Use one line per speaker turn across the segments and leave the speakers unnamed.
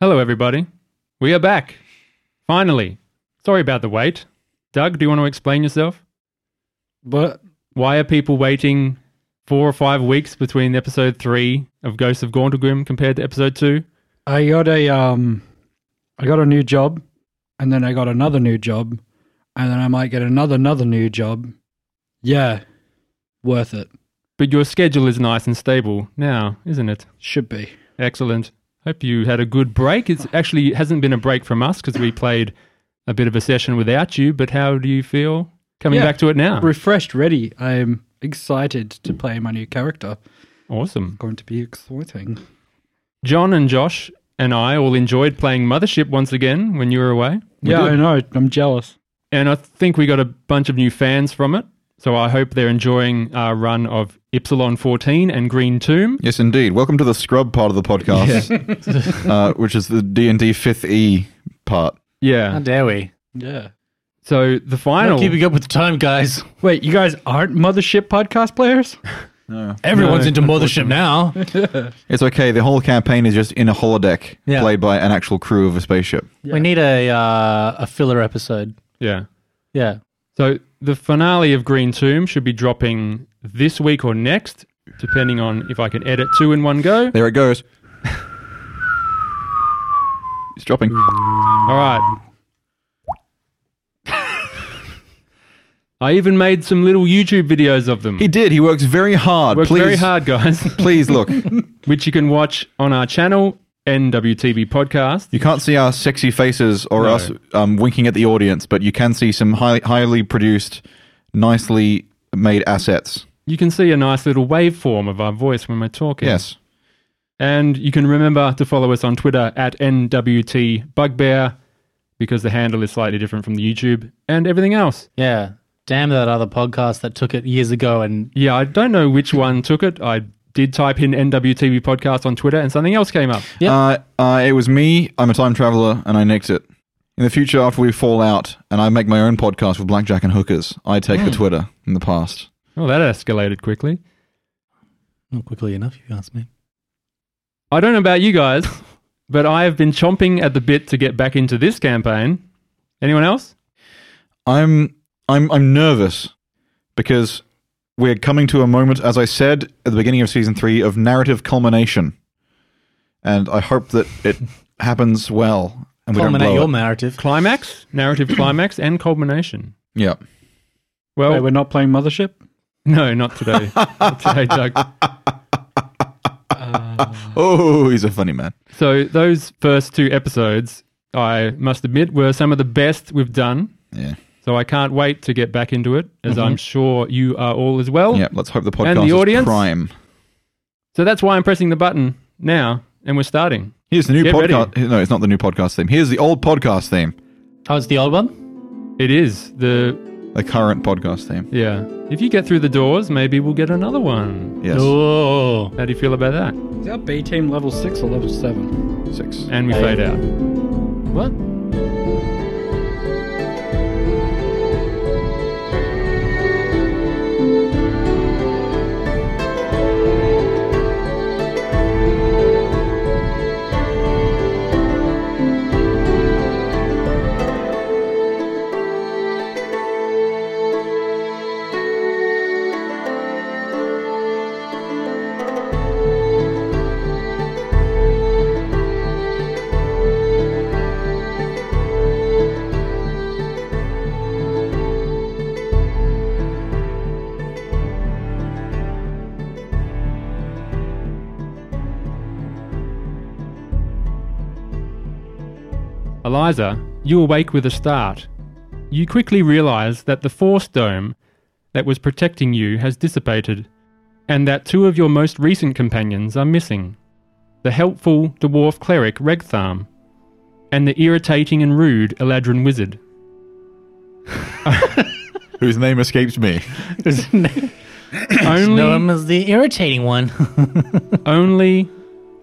Hello, everybody. We are back. Finally. Sorry about the wait. Doug, do you want to explain yourself?
But
Why are people waiting four or five weeks between episode three of Ghosts of Gauntlegrim compared to episode two?
I got a um, I got a new job, and then I got another new job, and then I might get another another new job. Yeah, worth it.
But your schedule is nice and stable now, isn't it?
Should be.
Excellent. Hope you had a good break. It's actually it hasn't been a break from us because we played a bit of a session without you. But how do you feel coming
Yeah.
back to it now?
Refreshed, ready. I'm excited to play my new character.
Awesome.
Going to be exciting.
John and Josh and I all enjoyed playing Mothership once again when you were away. We
yeah,
did.
I know. I'm jealous.
and I think we got a bunch of new fans from it. So I hope they're enjoying our run of Ypsilon 14 and Green Tomb.
Yes, indeed. Welcome to the scrub part of the podcast, uh, which is the D and D fifth E part.
How
Yeah.
dare we?
Yeah.
So the
I'm
final.
not keeping up with the time, guys.
Wait, you guys aren't mothership podcast players?
No.
Everyone's
No,
into mothership now.
It's okay. The whole campaign is just in a holodeck,
Yeah.
played by an actual crew of a spaceship.
We need a uh, a filler episode.
yeah.
Yeah,
So the finale of Green Tomb should be dropping this week or next, depending on if I can edit two in one go.
There it goes. it's dropping.
All right. I even made some little YouTube videos of them.
He did. He works very hard.
Worked
please,
very hard, guys.
Please look. you
which you can watch on our channel, NWTB Podcast.
can't see our sexy faces or
No.
us um, winking at the audience, but you can see some high, highly produced, nicely made assets.
You can see a nice little waveform of our voice when we're talking.
Yes.
And you can remember to follow us on Twitter at NWT Bugbear because the handle is slightly different from the YouTube and everything else.
yeah. Damn that other podcast that took it years ago, and
Yeah, I don't know which one took it. I did type in NWTB Podcast on Twitter and something else came up.
Yeah.
Uh, uh, it was me. I'm a time traveler, and I nicked it. In the future, after we fall out, and I make my own podcast with blackjack and hookers, I take
Hmm.
the Twitter in the past.
Oh, that escalated quickly.
not quickly enough, if you ask me.
I don't know about you guys, but I have been chomping at the bit to get back into this campaign. Anyone else?
I'm I'm I'm nervous because we're coming to a moment, as I said at the beginning of season three, of narrative culmination, and I hope that it happens well and we
Culminate your
don't blow
narrative.
Climax, narrative climax, and culmination.
it. Yeah.
Well,
Wait, we're not playing mothership?
No, not today. Not today, Doug.
Oh, he's a funny man.
So those first two episodes, I must admit, were some of the best we've done.
Yeah.
So I can't wait to get back into it, as I'm sure you are all as well.
Yeah. Let's hope the podcast
Oh. And the
is
audience?
prime.
So that's why I'm pressing the button now, and we're starting.
Here's the new
Get ready.
podcast. No, it's not the new podcast theme. Here's the old podcast theme.
Oh, it's the old one.
It is the
the current podcast theme.
yeah. If you get through the doors, maybe we'll get another one.
Yes,
Oh,
How do you feel about that?
Is that B team level six or level seven?
six.
And we fade out.
what?
Eliza, you awake with a start. You quickly realize that the force dome that was protecting you has dissipated, and that two of your most recent companions are missing the helpful dwarf cleric Regtharm, and the irritating and rude Eladrin wizard.
Whose name escapes me.
only,
No, one was the irritating one.
only,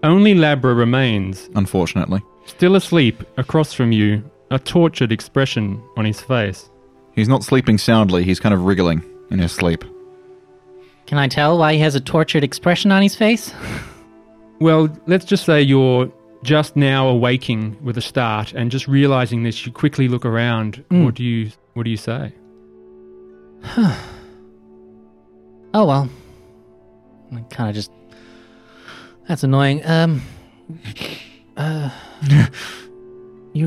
only Labra remains,
Unfortunately,
still asleep across from you, a tortured expression on his face.
he's not sleeping soundly. He's kind of wriggling in his sleep.
Can I tell why he has a tortured expression on his face?
Well, let's just say your just now awaking with a start and just realizing this, you quickly look around.
Mm.
Hmm.
What do you What do you say?
Oh well. I kind of just. That's annoying. Um. Uh. you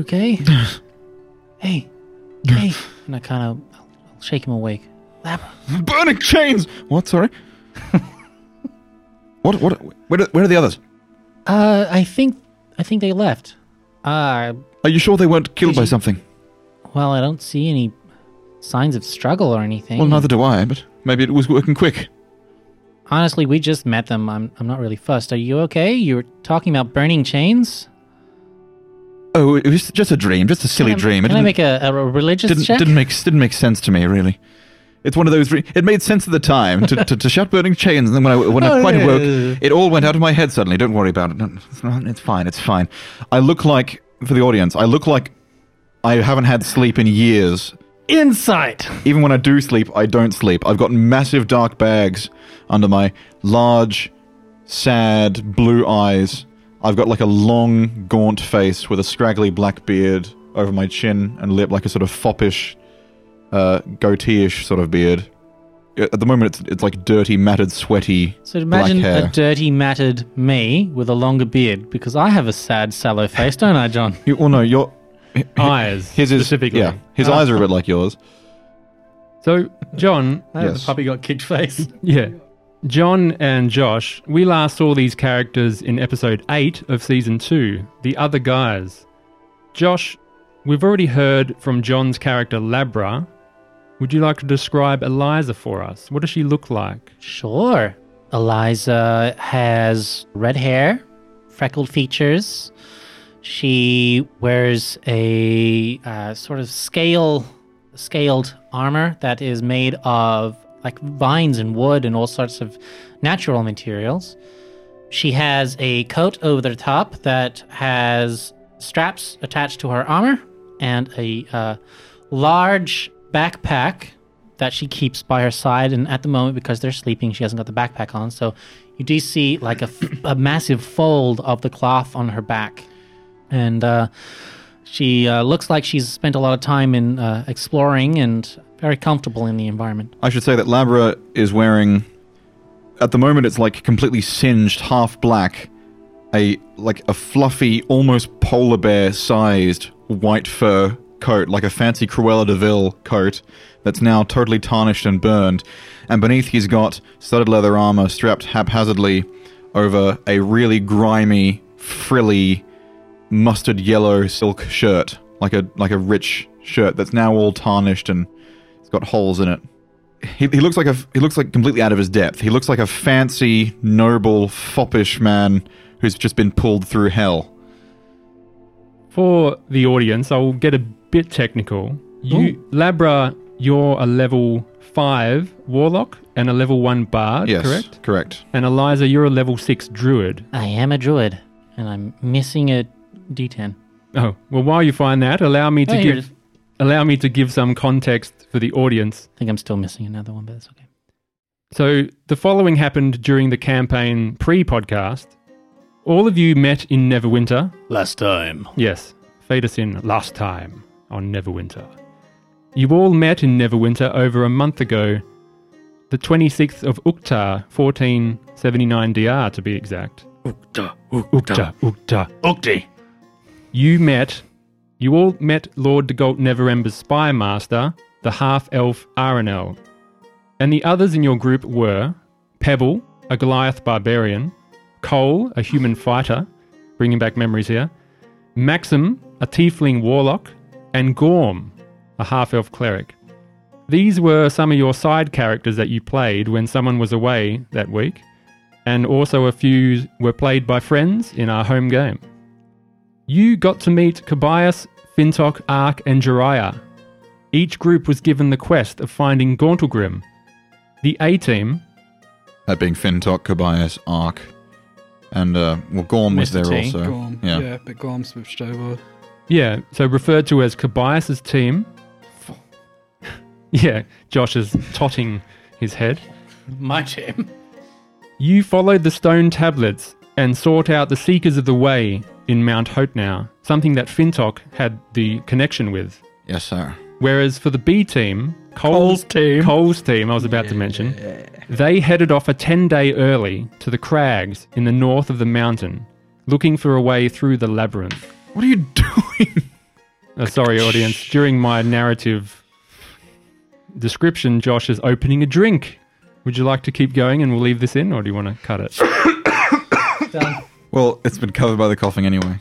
okay? hey. Hey. And I kind of I'll shake him awake. Labra.
Burning chains. What? Sorry. what? What? Where? Are, where are the others?
Uh, I think I think they left. Uh,
Are you sure they weren't killed by
Did you-
something?
well, I don't see any signs of struggle or anything.
Well, neither do I. But maybe it was working quick.
Honestly, we just met them. I'm I'm not really fussed. Are you okay? You were talking about burning chains.
Oh, it was just a dream, just a silly
Can I-
dream. It
Can I
didn't-
make a, a religious
didn't,
check?
didn't make didn't make sense to me really. It's one of those. Re- it made sense at the time to, to, to shout burning chains, and then when I when I
Oh,
quite
yeah,
awoke,
yeah, yeah.
it all went out of my head suddenly. Don't worry about it. No, It's not- it's fine. It's fine. I look like for the audience. I look like I haven't had sleep in years.
Insight.
Even when I do sleep, I don't sleep. I've got massive dark bags under my large, sad blue eyes. I've got like a long, gaunt face with a scraggly black beard over my chin and lip, like a sort of foppish, uh, goatee-ish sort of beard. Uh, At the moment, it's it's like dirty, matted, sweaty.
So imagine
Black hair.
a dirty, matted me with a longer beard, because I have a sad, sallow face, don't I, John?
You, well, no, your
Eyes,
his is
specifically. Uh,
yeah, his
Uh-huh.
eyes are a bit like yours.
So, John,
I have a
Yes.
puppy got kicked face.
yeah, John and Josh, we last saw these characters in episode eight of season two, the other guys. Josh, we've already heard from John's character Labra. Would you like to describe Eliza for us? What does she look like?
Sure. Eliza has red hair, freckled features. She wears a uh, sort of scale, scaled armor that is made of like vines and wood and all sorts of natural materials. She has a coat over the top that has straps attached to her armor and a uh, large backpack that she keeps by her side. And at the moment, because they're sleeping, she hasn't got the backpack on. So you do see like a, f- a massive fold of the cloth on her back. And uh, she uh, looks like she's spent a lot of time in uh, exploring and very comfortable in the environment.
I should say that Labra is wearing, at the moment, it's like completely singed, half black, a like a fluffy, almost polar bear-sized white fur coat, like a fancy Cruella de Vil coat that's now totally tarnished and burned. And beneath, he's got studded leather armor strapped haphazardly over a really grimy, frilly, mustard yellow silk shirt, like a like a rich shirt that's now all tarnished and it's got holes in it he, he looks like a he looks like completely out of his depth. He looks like a fancy, noble, foppish man who's just been pulled through hell.
For the audience, I'll get a bit technical. You, Labra, you're a level five warlock and a level one bard,
Yes,
correct?
Correct.
And Eliza, you're a level six druid.
I am a druid, and I'm missing a d10.
Oh well, while you find that, allow me to
Oh, here it
give
is.
allow me to give some context for the audience.
I think I'm still missing another one, but that's okay.
So the following happened during the campaign pre-podcast. All of you met in Neverwinter.
Last time.
Yes, fade us in last time on Neverwinter. You all met in Neverwinter over a month ago, the 26th of Uktar, 1479 DR to be exact. Ukta, Ukta.
Ukti.
you met, you all met Lord de Gault Neverember's spy master, the half elf Aranel. And the others in your group were Pebble, a Goliath barbarian, Cole, a human fighter, bringing back memories here, Maxim, a tiefling warlock, and Gorm, a half elf cleric. These were some of your side characters that you played when someone was away that week, and also a few were played by friends in our home game you got to meet Kobayas, Fintok, Ark, and Jiraiya. Each group was given the quest of finding Gauntlegrim. The A team,
That being Fintok, Kobayas, Ark, and uh, well, Gorm was
Mr.
there
T.
also.
Gorm.
Yeah.
Yeah. but Gorm switched over.
yeah, so referred to as Kobayas' team. yeah, Josh is totting his head.
My team.
You followed the stone tablets and sought out the Seekers of the Way in Mount Hope now, something that Fintok had the connection with.
Yes, sir.
Whereas for the B team,
Cole's
Cole's,
team.
Cole's team, I was about to mention, they headed off a 10 day early to the crags in the north of the mountain, looking for a way through the labyrinth.
What are you doing?
Uh, sorry, audience. During my narrative description, Josh is opening a drink. Would you like to keep going and we'll leave this in, or do you want to cut it?
Well, it's been covered by the coughing anyway.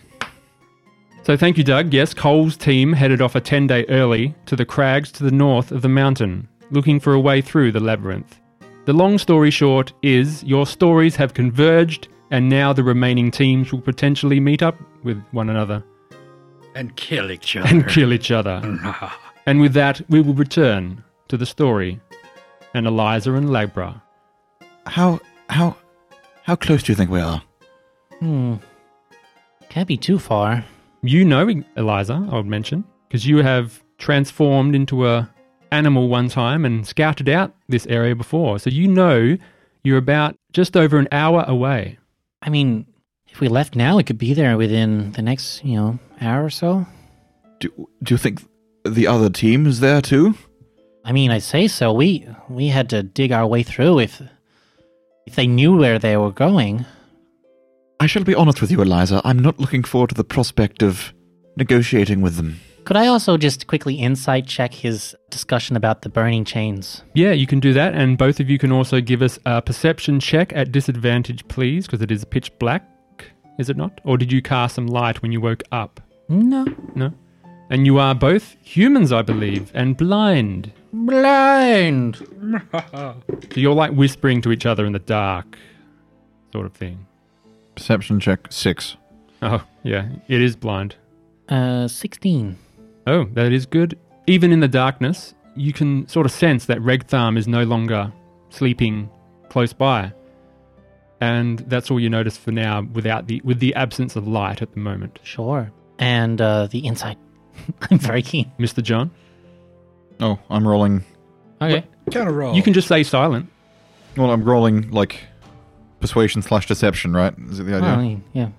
So, thank you, Doug. Yes, Cole's team headed off a 10 day early to the crags to the north of the mountain, looking for a way through the labyrinth. The long story short is your stories have converged, and now the remaining teams will potentially meet up with one another
and kill each other.
and kill each other. And with that, we will return to the story and Eliza and Labra.
How how how close do you think we are?
Hmm. Can't be too far.
You know Eliza, I would mention, because you have transformed into a animal one time and scouted out this area before. So you know you're about just over an hour away.
I mean, if we left now, we could be there within the next, you know, hour or so.
Do do you think the other team is there too?
I mean, I say so. We we had to dig our way through. If if they knew where they were going,
I shall be honest with you, Eliza. I'm not looking forward to the prospect of negotiating with them.
could I also just quickly insight check his discussion about the burning chains?
Yeah, you can do that. And both of you can also give us a perception check at disadvantage, please, because it is pitch black, is it not? Or did you cast some light when you woke up?
No.
No? And you are both humans, I believe, and blind.
Blind.
So you're like whispering to each other in the dark, sort of thing.
Perception check six.
Oh, yeah, it is blind.
Uh, sixteen.
Oh, that is good. Even in the darkness, you can sort of sense that Regtharm is no longer sleeping close by. And that's all you notice for now without the with the absence of light at the moment.
Sure. And uh, the insight. I'm very keen.
Mr. John,
Oh, I'm rolling.
Okay.
kind of roll.
you can just say silent.
Well, I'm rolling like persuasion slash deception, right? Is it the
Well, I
idea?
mean, Oh, yeah.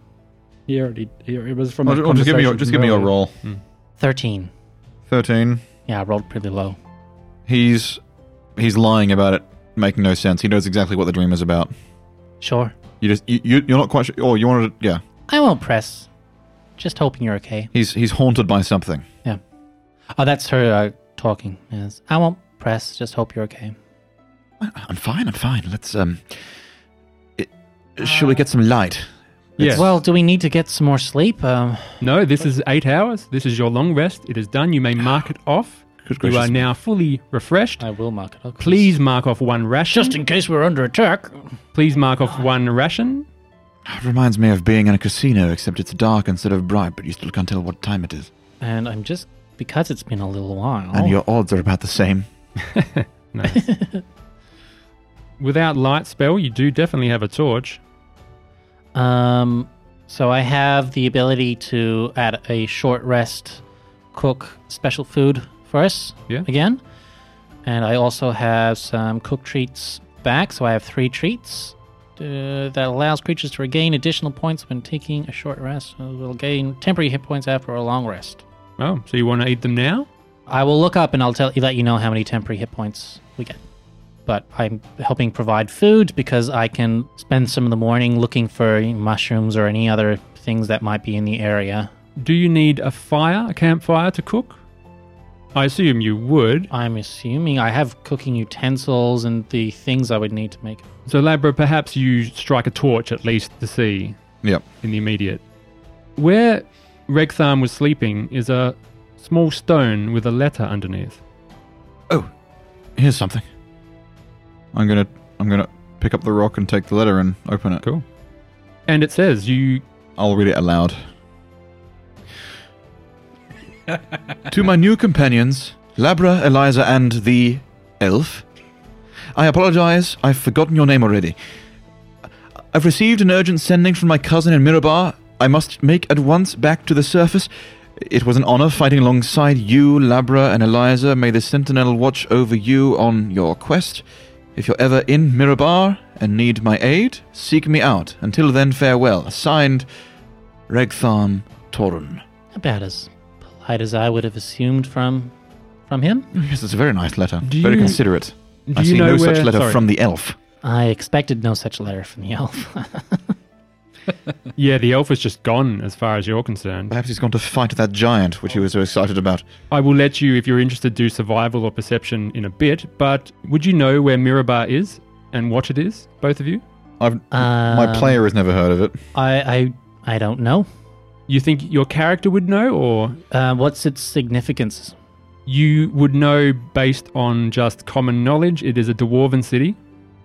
He already. He, it was from.
Oh,
a
ju- oh, just give me your,
conversation
just give me your
earlier.
roll.
Thirteen.
Thirteen.
Yeah, I rolled pretty low.
He's he's lying about it, making no sense. He knows exactly what the dream is about.
Sure.
You just you, you you're not quite sure. Oh, you wanted to, yeah.
I won't press. Just hoping you're okay.
He's he's haunted by something.
Oh, that's her uh, talking. Yes. I won't press. Just hope you're okay.
I- I'm fine. I'm fine. Let's um. It,
Uh,
shall we get some light?
Yes.
Well, do we need to get some more sleep? Um,
No, this is eight hours. This is your long rest. It is done. You may mark it off.
Good
You
gracious.
are now fully refreshed.
I will mark it. up.
Please mark off one ration.
just in case we're under attack.
Please mark off one ration.
Ah, It reminds me of being in a casino, except it's dark instead of bright, but you still can't tell what time it is,
And I'm just because it's been a little while.
and your odds are about the same.
Without light spell, you do definitely have a torch.
um, so I have the ability to, at a short rest, cook special food for us.
Yeah.
Again, and I also have some cook treats back, so I have three treats. Uh, that allows creatures to regain additional points when taking a short rest. Uh, will gain temporary hit points after a long rest.
Oh, so you want to eat them now?
I will look up and I'll tell let you know how many temporary hit points we get. But I'm helping provide food because I can spend some of the morning looking for mushrooms or any other things that might be in the area.
Do you need a fire, a campfire to cook? I assume you would.
I'm assuming I have cooking utensils and the things I would need to make.
So, Labra, perhaps you strike a torch at least to see
Yep.
in the immediate. Where Regtharm was sleeping is a small stone with a letter underneath.
Oh, here's something. I'm gonna I'm gonna pick up the rock and take the letter and open it.
Cool. And it says, You
I'll read it aloud. to my new companions, Labra, Eliza, and the elf, I apologize, I've forgotten your name already. I've received an urgent sending from my cousin in Mirabar. I must make at once back to the surface. It was an honor fighting alongside you, Labra, and Eliza. May the Sentinel watch over you on your quest. If you're ever in Mirabar and need my aid, seek me out. Until then, farewell. Signed, Regtharm Torun.
About as polite as I would have assumed from from him.
Yes, it's a very nice letter.
Do
very
you-
considerate.
Do
I
you
see
know
no
where-
such letter
sorry.
from the elf.
I expected no such letter from the elf.
Yeah, the elf is just gone as far as you're concerned.
Perhaps he's gone to fight that giant, which he was so excited about.
I will let you, if you're interested, do survival or perception in a bit, but would you know where Mirabar is and what it is, both of you?
I've, my
Uh,
Um,
player has never heard of it.
I I I don't know.
You think your character would know, or
Uh, what's its significance?
you would know based on just common knowledge? It is a dwarven city,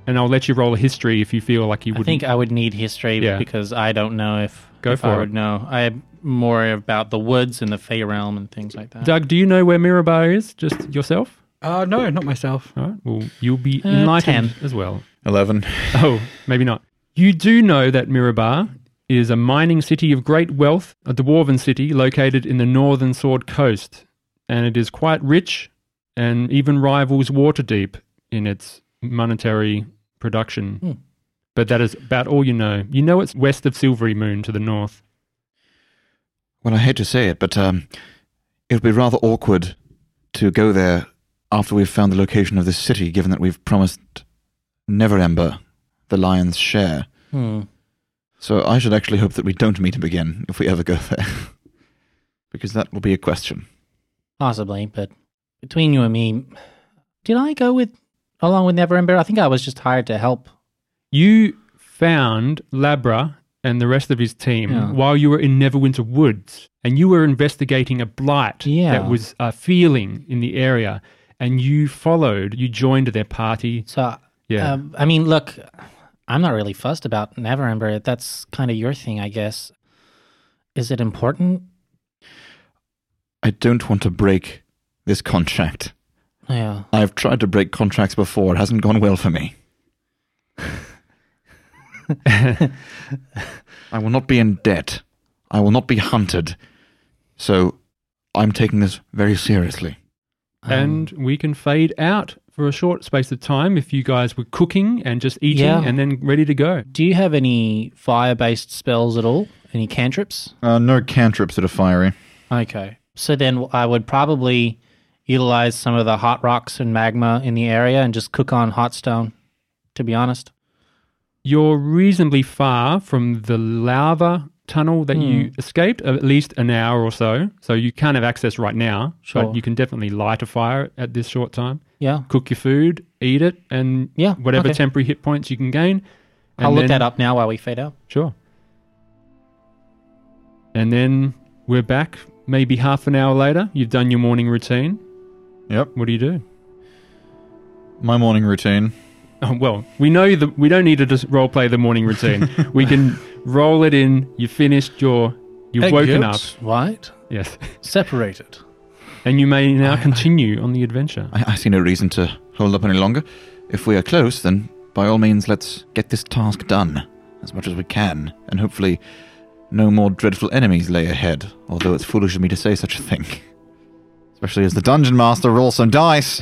and I'll let you roll a history if you feel like you
I
would.
think I would need history
Yeah.
because I don't know if,
Go
if
for
I
it.
would know. I am more about the woods and the Fey realm and things like that.
Doug, do you know where Mirabar is? Just yourself?
Uh, no, not myself.
All right. Well, you'll be
Uh,
enlightened
10.
as well.
11.
Oh, maybe not. You do know that Mirabar is a mining city of great wealth, a dwarven city located in the northern Sword Coast, and it is quite rich and even rivals Waterdeep in its monetary production.
Hmm.
But that is about all you know. You know it's west of Silvery Moon to the north.
Well, I hate to say it, but um, it would be rather awkward to go there after we've found the location of this city, given that we've promised Neverember the lion's share.
Hmm.
So I should actually hope that we don't meet him again if we ever go there, because that will be a question.
Possibly, but between you and me, did I go with along with Never Ember? I think I was just hired to help.
You found Labra and the rest of his team
Yeah.
while you were in Neverwinter Woods, and you were investigating a blight
Yeah.
that was uh, feeling in the area, and you followed, you joined their party.
So,
Yeah.
um, I mean, look, I'm not really fussed about Never Ember. That's kind of your thing, I guess. Is it important?
I don't want to break this contract.
Yeah.
I've tried to break contracts before; it hasn't gone well for me. I will not be in debt. I will not be hunted. So, I'm taking this very seriously.
Um,
and we can fade out for a short space of time if you guys were cooking and just eating
Yeah.
and then ready to go.
do you have any fire-based spells at all? Any cantrips?
Uh, no cantrips that are fiery.
Okay. So then I would probably utilize some of the hot rocks and magma in the area and just cook on hot stone, to be honest.
You're reasonably far from the lava tunnel that
Hmm.
you escaped, of at least an hour or so. So you can't have access right now,
Sure.
but you can definitely light a fire at this short time.
Yeah.
Cook your food, eat it, and
Yeah,
whatever
okay.
temporary hit points you can gain.
I'll
and
look
then-
that up now while we fade out.
Sure. And then we're back maybe half an hour later. You've done your morning routine.
Yep.
What do you do?
My morning routine.
Oh, well, we know that we don't need to just role play the morning routine. we can roll it in. You finished your. You've woken up.
Right?
Yes.
Separated.
And you may now continue on the adventure.
I, I see no reason to hold up any longer. If we are close, then by all means, let's get this task done as much as we can, and hopefully, no more dreadful enemies lay ahead. Although it's foolish of me to say such a thing, especially as the dungeon master rolls some dice.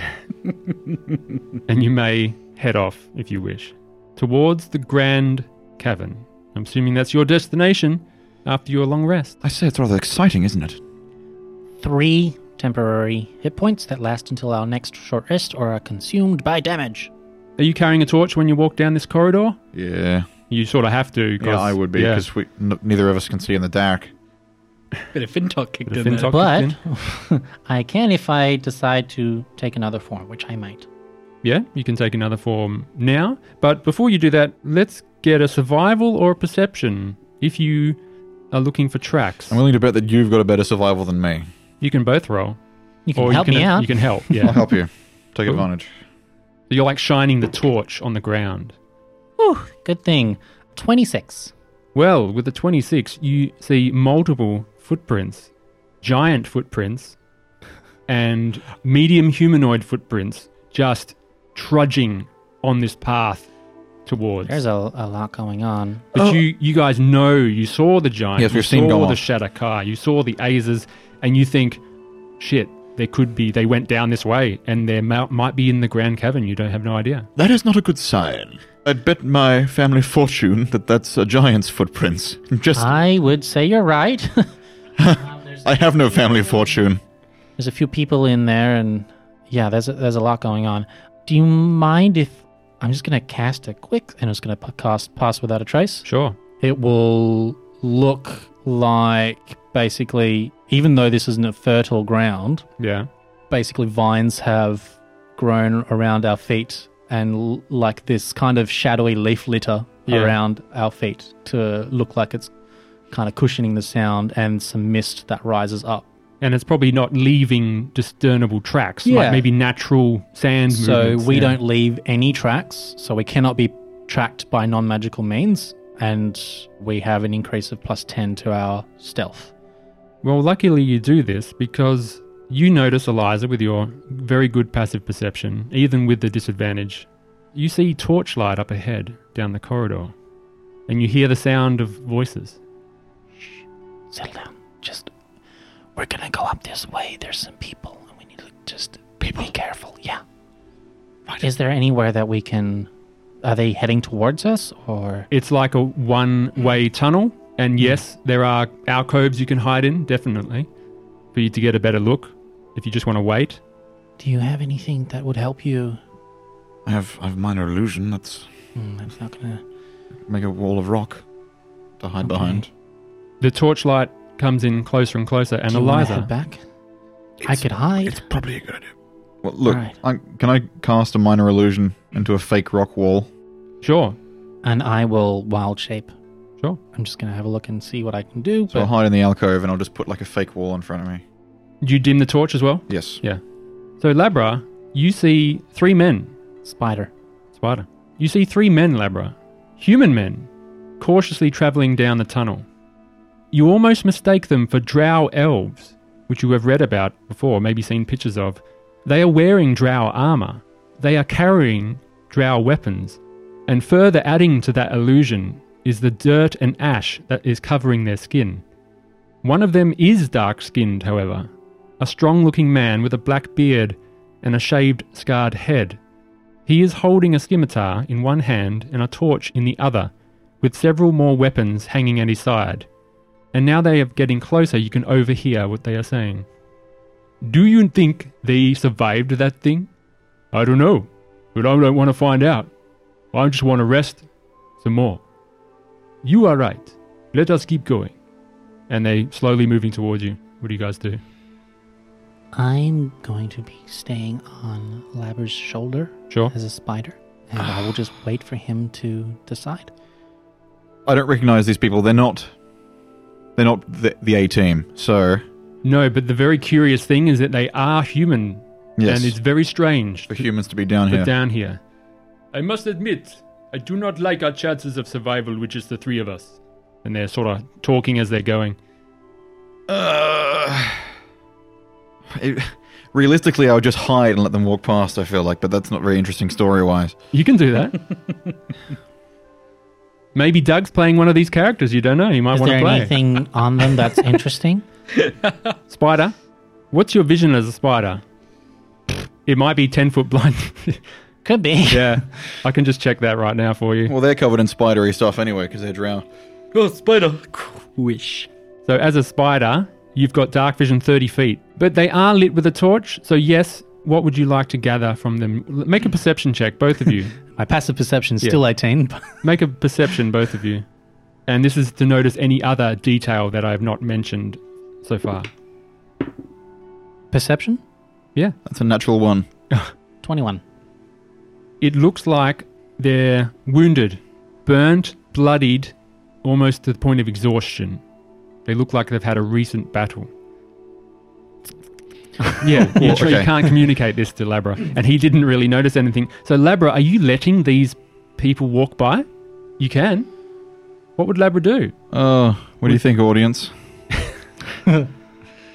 And you may head off, if you wish, towards the Grand Cavern. I'm assuming that's your destination after your long rest.
I say it's rather exciting, isn't it?
Three temporary hit points that last until our next short rest or are consumed by damage.
Are you carrying a torch when you walk down this corridor?
Yeah,
You sort of have to. 'cause- yeah.
we n- neither of us can see in the dark.
Bit of fintok kicked
Bit of
in
fintok.
there.
Doctor
But I can if I decide to take another form, which I might.
Yeah, you can take another form now. But before you do that, let's get a survival or a perception if you are looking for tracks.
willing to bet that you've got a better survival than me.
You can both roll.
You can
or
help
you can,
me out.
You can help, yeah. so
help you. Take advantage.
you're like shining the torch on the ground.
Whew, good thing. 26.
Well, with the 26, you see multiple footprints, giant footprints, and medium humanoid footprints just trudging on this path towards.
There's a, a lot going on.
But you, you guys know you saw the giant.
Oh. Yes,
you
we've seen
saw
go
the
off.
shatter car. You saw the Azers, and you think, shit, there could be. They went down this way, and they might be in the Grand Cavern. You don't have no idea.
That is not a good sign. I'd bet my family fortune that that's a giant's footprints. Just,
I would say you're right. Um, there's,
I have no family fortune.
there's a few people in there, and yeah, there's a, there's a lot going on. Do you mind if I'm just gonna cast a quick, and it's gonna p- cast pass without a trace?
Sure.
It will look like basically, even though this isn't a fertile ground,
Yeah.
basically vines have grown around our feet and l- like this kind of shadowy leaf litter
Yeah.
around our feet to look like it's kind of cushioning the sound and some mist that rises up.
And it's probably not leaving discernible tracks,
Yeah.
like maybe natural sand
So
movements,
we
yeah.
don't leave any tracks, so we cannot be tracked by non magical means, and we have an increase of plus 10 to our stealth.
Well, luckily you do this because you notice Eliza with your very good passive perception, even with the disadvantage. You see torchlight up ahead down the corridor, and you hear the sound of voices.
Settle down. Just, we're gonna go up this way. There's some people, and we need to just be careful. Yeah. Is there anywhere that we can? Are they heading towards us, or
It's like a one way tunnel,
Hmm.
and yes, there are alcoves you can hide in, definitely, for you to get a better look if you just want to wait.
do you have anything that would help you?
I have, I have minor illusion. That's
Hmm, that's not gonna.
make a wall of rock to hide
Okay.
behind.
The torchlight comes in closer and closer, and
do you wanna head
Eliza.
back. I could hide.
probably a good idea. Well, look,
Alright.
I, can I cast a minor illusion into a fake rock wall?
Sure,
And I will wild shape.
Sure.
I'm just gonna have a look and see what I can do.
So I'll
but-
hide in the alcove and I'll just put like a fake wall in front of me.
you dim the torch as well.
Yes.
So, Labra, you see three men
spider.
Spider. You see three men, Labra. Human men, cautiously travelling down the tunnel. You almost mistake them for drow elves, which you have read about before, maybe seen pictures of. They are wearing drow armour. They are carrying drow weapons. And further adding to that illusion is the dirt and ash that is covering their skin. One of them is dark skinned, however, a strong looking man with a black beard and a shaved, scarred head. He is holding a scimitar in one hand and a torch in the other, with several more weapons hanging at his side. And now they are getting closer, you can overhear what they are saying. Do you think they survived that thing? I don't know, but I don't want to find out. I just want to rest some more. You are right. Let us keep going. And they slowly moving towards you. What do you guys do?
I'm going to be staying on Labber's shoulder.
Sure.
as a spider, and I will just wait for him to decide.
I don't recognize these people. They're not. They're not the, the A team. So
No, but the very curious thing is that they are human,
yes,
and it's very strange.
for humans to be down
but
here.
down here. I must admit, I do not like our chances of survival, which is the three of us. And they're sort of talking as they're going.
Uh, it- realistically, I would just hide and let them walk past. I feel like, but that's not very interesting story-wise.
You can do that. Maybe Doug's playing one of these characters. You don't know. You might
Is
want
there
to play.
anything on them that's interesting?
Spider, what's your vision as a spider? It might be 10 foot blind.
Could be.
yeah. I can just check that right now for you.
Well, they're covered in spidery stuff anyway because they're drow.
Oh, spider. Wish.
So, as a spider, you've got dark vision 30 feet, but they are lit with a torch. So, yes, what would you like to gather from them? L- Make a perception check, both of you.
My passive perception's still 18. but-
Make a perception, both of you. And this is to notice any other detail that I have not mentioned so far.
Perception?
Yeah.
That's a natural one.
21.
It looks like they're wounded, burnt, bloodied, almost to the point of exhaustion. They look like they've had a recent battle. yeah, yeah sure,
okay.
you can't communicate this to Labra. And he didn't really notice anything. So, Labra, are you letting these people walk by? You can. What would Labra do?
Oh, what do you think, audience?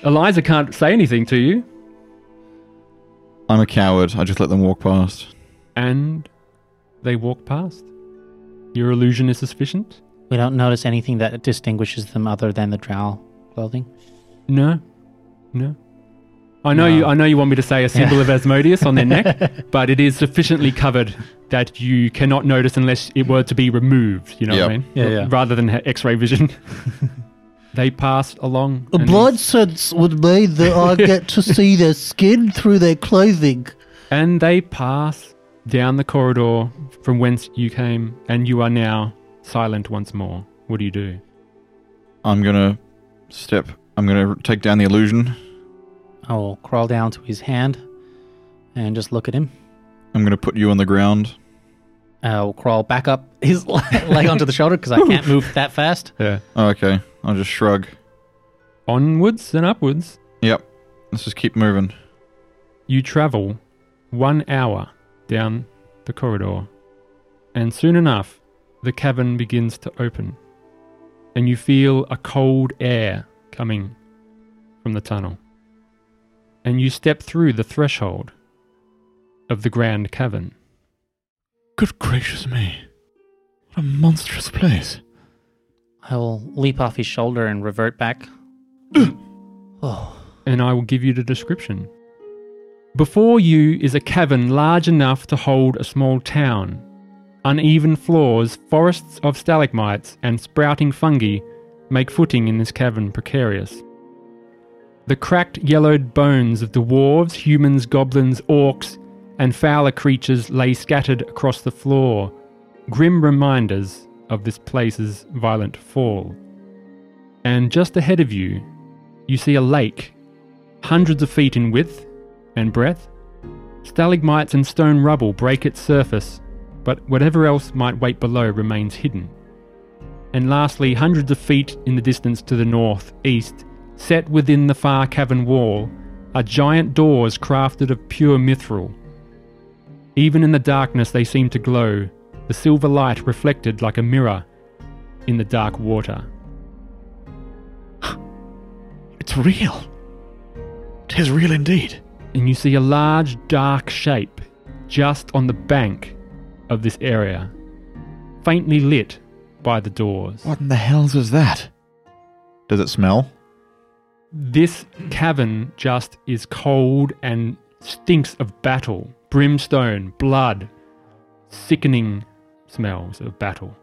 Eliza can't say anything to you.
I'm a coward. I just let them walk past.
and they walk past. Your illusion is sufficient?
We don't notice anything that distinguishes them other than the drow clothing.
No. No. I know you. I know you want me to say a symbol of Asmodeus on their neck, but it is sufficiently covered that you cannot notice unless it were to be removed. You know what I
Yep.
mean?
Yeah, yeah.
Rather than ha- X-ray vision, they passed along.
A
and-
blind sense would mean that I get to see their skin through their clothing.
And they pass down the corridor from whence you came, and you are now silent once more. What do you do?
I'm gonna step. I'm gonna take down the illusion.
I will crawl down to his hand and just look at him.
I'm gonna put you on the ground.
I will crawl back up his leg onto the shoulder because I can't move that fast.
Yeah.
Oh, okay. I'll just shrug.
Onwards and upwards,
Yep. Let's just keep moving.
you travel one hour down the corridor, and soon enough, the cavern begins to open, and you feel a cold air coming from the tunnel. And you step through the threshold of the grand cavern.
Good gracious me. What a monstrous place.
I will leap off his shoulder and revert back. oh,
and I will give you the description. Before you is a cavern large enough to hold a small town. Uneven floors, forests of stalagmites, and sprouting fungi make footing in this cavern precarious. The cracked yellowed bones of dwarves, humans, goblins, orcs, and fouler creatures lay scattered across the floor, grim reminders of this place's violent fall. And just ahead of you, you see a lake hundreds of feet in width and breadth. Stalagmites and stone rubble break its surface, but whatever else might wait below remains hidden. And lastly, hundreds of feet in the distance to the north east, set within the far cavern wall, are giant doors crafted of pure mithril. Even in the darkness, they seem to glow, the silver light reflected like a mirror in the dark water.
It's real. Tis real indeed.
and you see a large dark shape just on the bank of this area, faintly lit by the doors.
What in the hells is that?
Does it smell?
This cavern just is cold and stinks of battle, brimstone, blood, sickening smells of battle.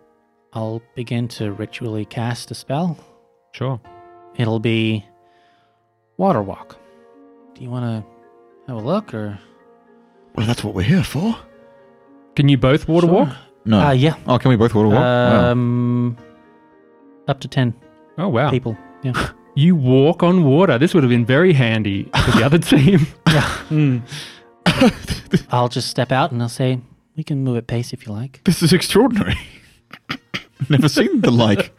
I'll begin to ritually cast a spell.
Sure.
It'll be water walk. Do you want to have a look or
Well, that's what we're here for.
Can you both water
Sure.
walk?
No.
Ah,
Uh, yeah.
oh, can we both water walk? Wow.
Um, up to ten
Oh wow.
people. Yeah.
You walk on water. This would have been very handy for the other team.
Hmm.
I'll just step out and I'll say we can move at pace if you like.
This is extraordinary. Never seen the like.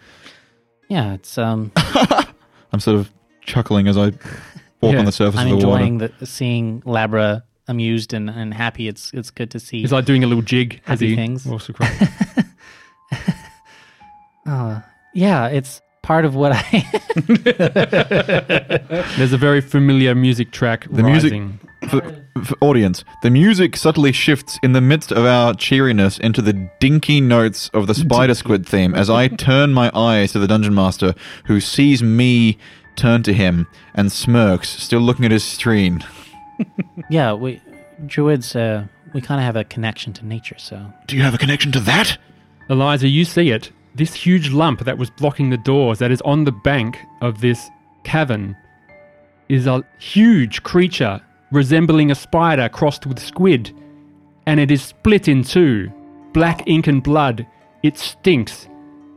Yeah, it's um.
I'm sort of chuckling as I walk
Yeah.
on the surface
I'm
of the water.
enjoying the, seeing Labra amused and, and happy. It's it's good to see.
He's like doing a little jig as
Happy
he
things.
walks across.
Uh, yeah, it's part of what I.
There's a very familiar music track
The music-
rising.
For, for audience, the music subtly shifts in the midst of our cheeriness into the dinky notes of the spider squid theme as I turn my eyes to the dungeon master, who sees me turn to him and smirks, still looking at his screen.
yeah, we druids. Uh, we kind of have a connection to nature, so
Do you have a connection to that?
Eliza, you see it. This huge lump that was blocking the doors, that is on the bank of this cavern, is a huge creature resembling a spider crossed with squid, and it is split in two. Black ink and blood. It stinks.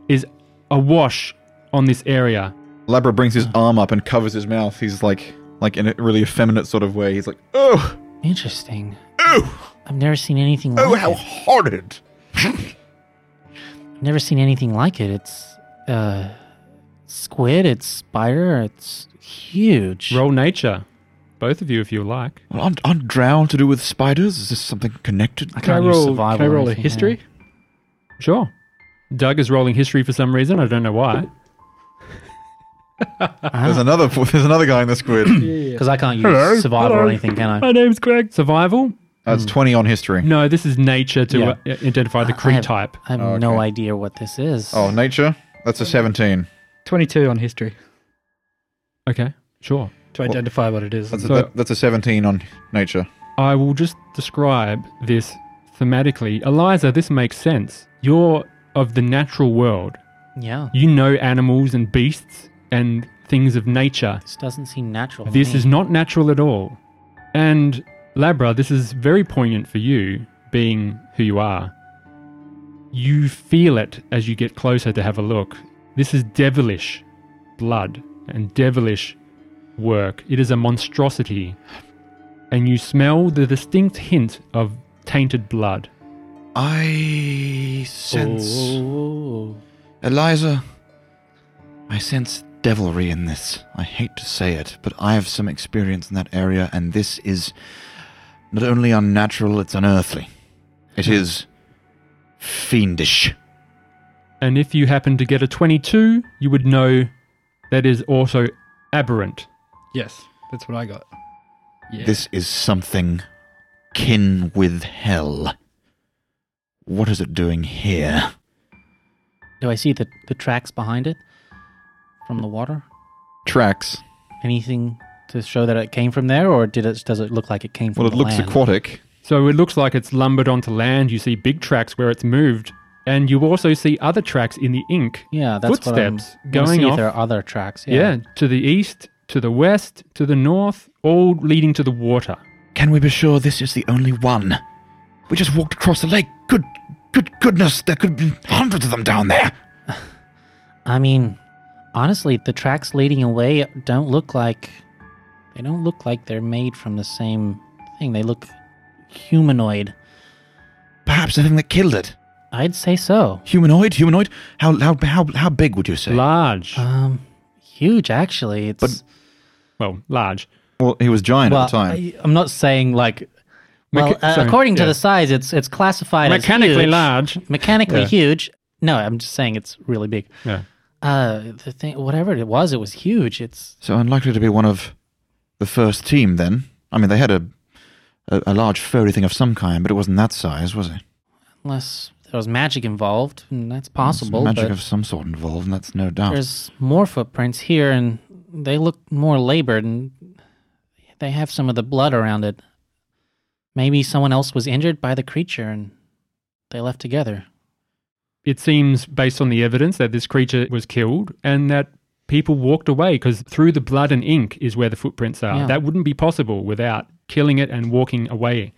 Is awash on this area.
Labra brings his arm up and covers his mouth. He's like, like in a really effeminate sort of way. He's like, oh,
interesting. I've never seen anything like it.
horrid.
I've never seen anything like it. It's uh, squid. It's spider. It's huge.
Roll nature. Both of you, if you like.
Well, aren't, aren't drow to do with spiders? Is this something connected?
I
Can I
use
roll,
survival
can I
or
roll a
anything,
history?
Sure. Doug is rolling history for some reason. I don't know why.
There's another, there's another guy in the squid.
Because I can't use survival or anything, can I?
name's Greg. Survival?
That's 20 on history.
No, this is nature to
Yeah.
uh, identify the
I-
Cree
I have,
type.
I have
Oh,
no
okay.
idea what this is.
Oh, nature? That's a 17.
22 on history.
Okay. Sure.
to identify what it is.
That's a,
So-
that- that's a 17 on nature.
I will just describe this thematically. Eliza, this makes sense. You're of the natural world.
Yeah.
You know animals and beasts and things of nature.
This doesn't seem natural. to
This
me.
is not natural at all. And Labra, this is very poignant for you, being who you are. You feel it as you get closer to have a look. This is devilish blood and devilish work. It is a monstrosity. And you smell the distinct hint of tainted blood.
I sense.
Oh.
Eliza, I sense devilry in this. I hate to say it, but I have some experience in that area, and this is not only unnatural, it's unearthly. It is fiendish.
And if you happen to get a 22, you would know that is also aberrant.
yes, that's what I got. Yeah.
This is something kin with hell. What is it doing here?
Do I see the, the tracks behind it from the water?
Tracks.
Anything to show that it came from there, or did it? Does it look like it came from?
Well, it
the
looks
land?
aquatic.
So it looks like it's lumbered onto land. You see big tracks where it's moved, and you also see other tracks in the ink.
Yeah, that's
Footsteps
what I'm
going
wanna see
off.
If there are other tracks.
Yeah. to the east, to the west, to the north, all leading to the water.
Can we be sure this is the only one? We just walked across the lake. Good, good goodness, there could be hundreds of them down there.
I mean, honestly, the tracks leading away don't look like they don't look like they're made from the same thing. They look humanoid.
Perhaps the thing that killed it.
I'd say so.
Humanoid, humanoid. How how how, how big would you say?
Large.
Um, huge actually. It's
But
well, large.
Well, he was giant
well,
at the time.
I, I'm not saying like. Well,
Mecha-
uh,
sorry,
according to
yeah.
the size, it's it's classified as
Mechanically
huge.
large.
mechanically
Yeah.
huge. No, I'm just saying it's really big.
Yeah.
Uh, the thing, whatever it was, it was huge. It's
so unlikely to be one of the first team then. I mean, they had a, a a large furry thing of some kind, but it wasn't that size, was it?
unless there was magic involved, and that's possible.
Some magic
but
of some sort involved, and that's no doubt.
there's more footprints here, and they look more labored, and they have some of the blood around it. Maybe someone else was injured by the creature, and they left together.
It seems, based on the evidence, that this creature was killed and that people walked away because through the blood and ink is where the footprints are.
Yeah.
That wouldn't be possible without killing it and walking away.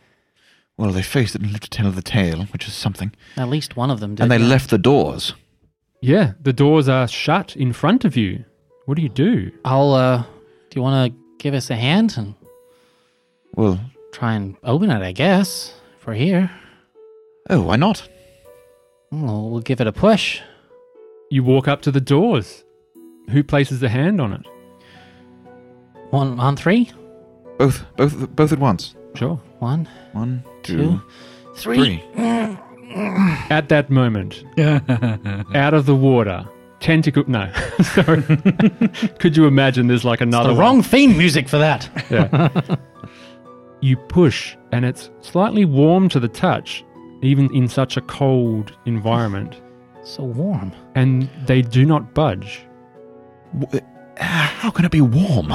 Well, they faced it and lived to tell the tale, which is something.
At least one of them did.
and they
yeah.
left the doors.
Yeah, the doors are shut in front of you. What do you do?
I'll. Uh, do you want to give us a hand and
Well,
try and open it? I guess if we're here.
oh, why not?
Well, we'll give it a push.
You walk up to the doors. Who places a hand on it?
One on three.
both, both, both at once.
Sure.
One,
One,
two,
two,
three.
three.
At that moment, out of the water, tentacle. No, sorry. Could you imagine there's like
It's
another
the
one?
wrong theme music for that.
Yeah. you push, and it's slightly warm to the touch, even in such a cold environment.
so warm.
And they do not budge.
W- uh, How can it be warm?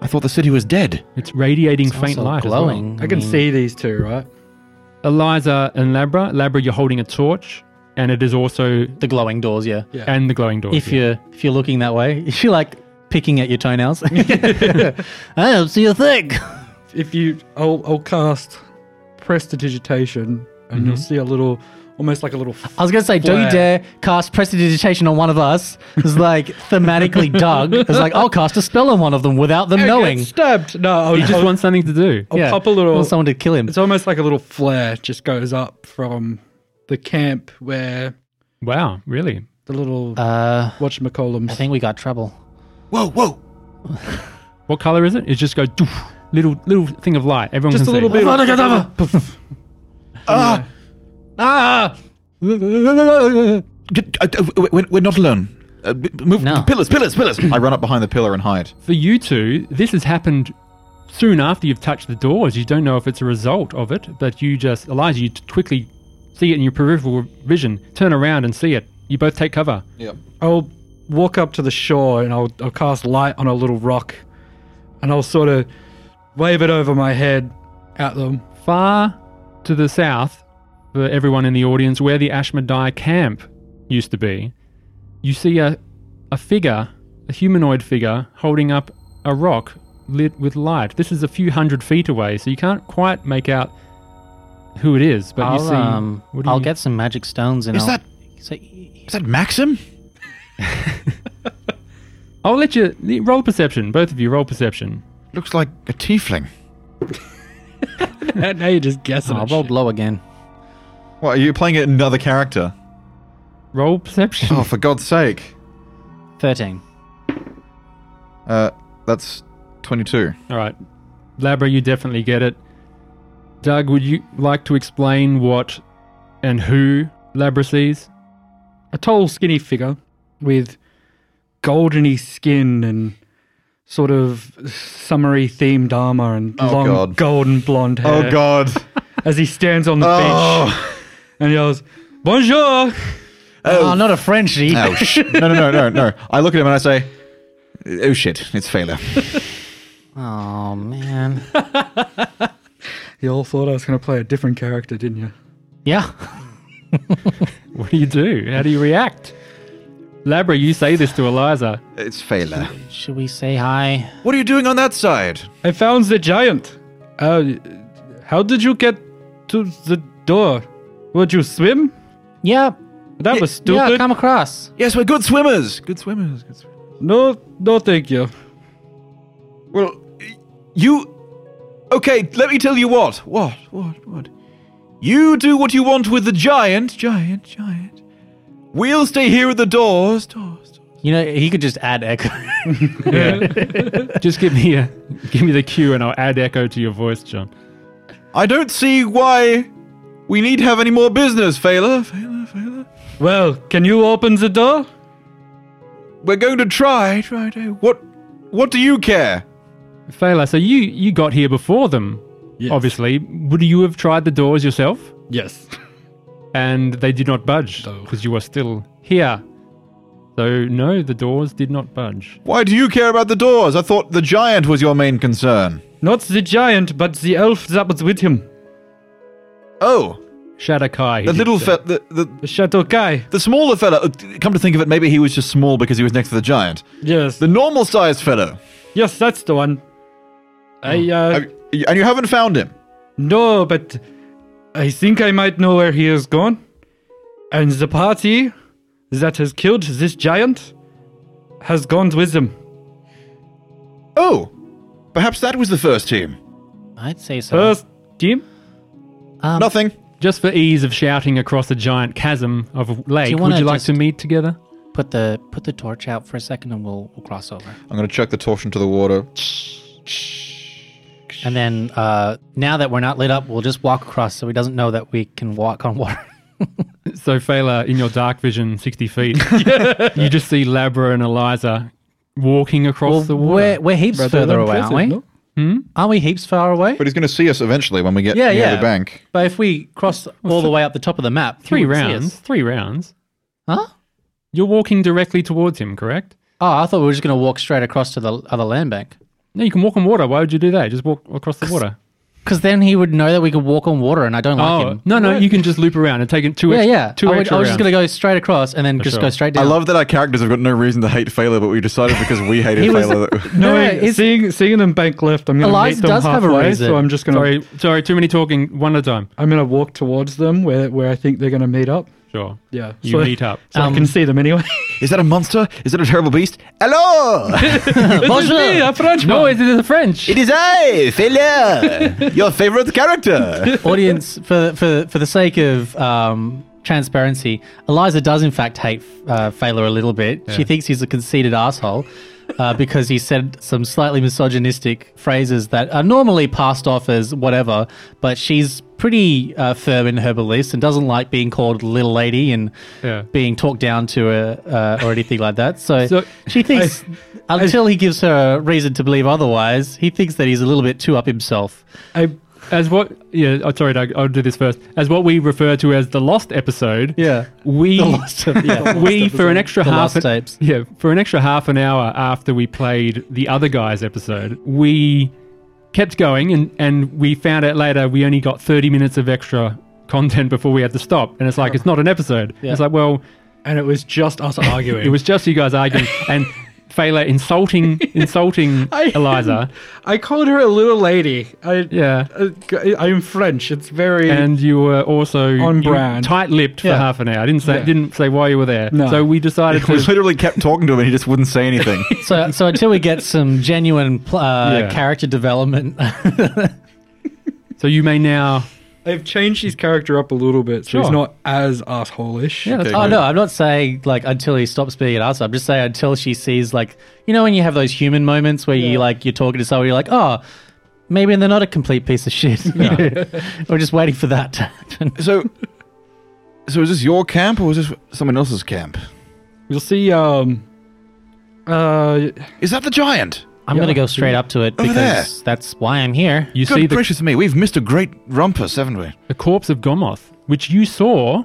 I thought the city was dead.
It's radiating
It's
faint
also
light. as well.
glowing.
I can
mean,
see these two, right?
Eliza and Labra. Labra, you're holding a torch, and it is also
the glowing doors. Yeah.
Yeah.
and the glowing door.
If you're if you're looking that way, if you're like picking at your toenails, I don't see a thing.
if you I'll, I'll cast prestidigitation and you'll
Mm-hmm.
see a little almost like a little f-
I was gonna say, don't you
Flare.
dare cast prestidigitation on one of us. It's like thematically Doug. It's like I'll cast a spell on one of them without them
Hey,
knowing.
get stabbed no I'll,
you just
I'll-
want something to do.
I'll pop a little
want someone to kill him.
it's almost like a little flare just goes up from the camp where
Wow, really?
the little
Uh,
watch
I
McCollums
think we got trouble.
Whoa, whoa!
What color is it? It just goes doof, little little thing of light. Everyone
just a
can
little
see.
bit of,
Ah!
Get- uh, uh, we- We're we're not alone. Uh, b- Move.
No.
Pillars, pillars, pillars.
I run up behind the pillar and hide.
For you two, this has happened soon after you've touched the doors. You don't know if it's a result of it, but you just Eliza, you t- quickly see it in your peripheral vision. Turn around and see it. You both take cover.
I'll walk up to the shore and I'll, I'll cast light on a little rock and I'll sort of wave it over my head at them.
Far to the south, for everyone in the audience, where the Ashmedai camp used to be, you see a, a figure, a humanoid figure, holding up a rock lit with light. This is a few hundred feet away, so you can't quite make out who it is, but
I'll,
you see.
um,
what do
I'll
you-
get some magic stones and
Is
I'll,
that-
so-
Is that Maxim?
I'll let you roll perception, both of you roll perception.
Looks like a tiefling.
now you're just guessing.
Oh, I
at
rolled
shit.
low again.
What, are you playing it in another character?
Roll perception.
Oh, for God's sake.
Thirteen.
Uh, that's 22.
All right. Labra, you definitely get it. Doug, would you like to explain what and who Labra sees?
a tall, skinny figure with goldeny skin and sort of summery themed armor and
Oh,
long
God.
golden blonde hair.
Oh, God.
As he stands on the bench
oh.
and yells, "Bonjour!"
Oh, not a Frenchie.
Oh, sh-
no, no, no, no, no. I look at him and I say, oh, shit, it's failure.
Oh man.
You all thought I was going to play a different character, didn't you?
Yeah.
What do you do? How do you react? Labra, you say this to Eliza.
it's failure.
Should we say hi?
What are you doing on that side?
I found the giant. Uh, how did you get to the door? Would you swim?
Yeah.
That was
Yeah,
stupid.
come across.
Yes, we're good swimmers. Good swimmers. Good swimmers.
no, no, thank you.
Well, y- you. Okay, let me tell you what. What? What? What? You do what you want with the giant, giant, giant. We'll stay here at the doors, doors. doors.
You know, he could just add echo.
Just give me a give me the cue and I'll add echo to your voice, John.
I don't see why we need have any more business, Fela. Fela, Fela.
Well, can you open the door?
We're going to try, try, try. What? What do you care?
Fela, so you you got here before them,
Yes.
obviously. Would you have tried the doors yourself?
Yes.
And they did not budge
No.
because you are still here. So no, the doors did not budge.
Why do you care about the doors? I thought the giant was your main concern.
Not the giant, but the elf that was with him.
Oh,
Shadakai. he
the
did
little
say.
fe- the, the
The Chateau Kai.
the smaller fella. uh, Come to think of it, maybe he was just small because he was next to the giant.
Yes.
The normal sized fellow,
yes, that's the one.
Oh.
I, uh,
I- and you haven't found him.
no, but I think I might know where he is gone. And the party that has killed this giant has gone with him.
Oh, perhaps that was the first team.
I'd say so.
First team?
Um,
Nothing.
Just for ease of shouting across a giant chasm of a lake,
you
would
wanna
you like
just-
to meet together?
Put the put the torch out for a second, and we'll, we'll cross over.
I'm going to chuck the torch into the water.
And then uh, now that we're not lit up, we'll just walk across so he doesn't know that we can walk on water.
So, Fela, in your dark vision, 60 feet, you just see Labra and Eliza walking across the water.
we're, we're heaps further away, aren't we?
No?
Aren't we heaps far away?
But he's going to see us eventually when we get
Yeah,
near
yeah.
the bank.
But if we cross all the way up the top of the map, he
Three
would see us.
rounds. Three rounds.
Huh?
You're walking directly towards him, correct?
Oh, I thought we were just going to walk straight across to the other land bank.
No, you can walk on water. Why would you do that? Just walk across the water.
Because then he would know that we could walk on water, and I don't like
Oh,
him.
no, no, you can just loop around and take it two
Yeah,
ex-
yeah.
Two
I, would,
extra
I was just going
rounds.
to go straight across and then just go
sure.
straight
I
down.
love that our characters have got no reason to hate Fela, but we decided because we hated
He was-
Fela. that-
No,
No,
wait,
it's-
seeing, seeing them bank left, I'm going to meet
Eliza
them
does have a
halfway,
reason.
so I'm just going to
Sorry, sorry, too many talking. One at a time.
I'm going to walk towards them where, where I think they're going to meet up.
Sure.
Yeah.
You
so
meet up.
so
Um,
I can see them anyway.
Is that a monster? Is that a terrible beast? Hello,
Bonjour.
No, it is the French.
it is I, Fela, your favorite character.
audience for for for the sake of um, transparency, Eliza does in fact hate uh, Fela a little bit. She thinks he's a conceited asshole. Uh, because he said some slightly misogynistic phrases that are normally passed off as whatever, but she's pretty uh, firm in her beliefs and doesn't like being called little lady and
Yeah.
being talked down to uh, uh, or anything like that. So,
So-
she thinks until he gives her a reason to believe otherwise, he thinks that he's a little bit too up himself.
I
as what yeah, oh, sorry, Doug, I'll do this first. As what we refer to as the lost episode,
Yeah.
we
The last, yeah, the
we
last
for an
episode.
extra
The
half
last
an-
tapes.
yeah for an extra half an hour after we played the other guys episode we kept going and and we found out later we only got 30 minutes of extra content before we had to stop and it's like it's not an episode
Yeah.
it's like well
and it was just us arguing.
it was just you guys arguing and Fela insulting insulting
I-
Eliza
I called her a little lady. I,
yeah
uh, I'm French. It's very.
and you were also
On
you were
brand.
tight-lipped
Yeah.
for half an hour I didn't say
Yeah.
didn't say why you were there
No.
so we decided
We
to
literally kept talking to him and he just wouldn't say anything.
So, so until we get some genuine pl- uh,
Yeah.
character development,
so you may now
I've changed his character up a little bit, so he's
Sure.
not as asshole-ish.
yeah that's
Okay.
Oh no, I'm not saying like until he stops being an asshole. I'm just saying until she sees like you know when you have those human moments where you like you're talking to someone, you're like, oh, maybe they're not a complete piece of shit. We're just waiting for that to happen.
So, so is this your camp or is this someone else's camp?
We'll see. Um. Uh.
Is that the giant?
I'm
Yeah.
gonna go straight up to it
Over
because that's why I'm here.
you
Good
see the
gracious me, we've missed a great rumpus, haven't we?
the corpse of Gomoth, which you saw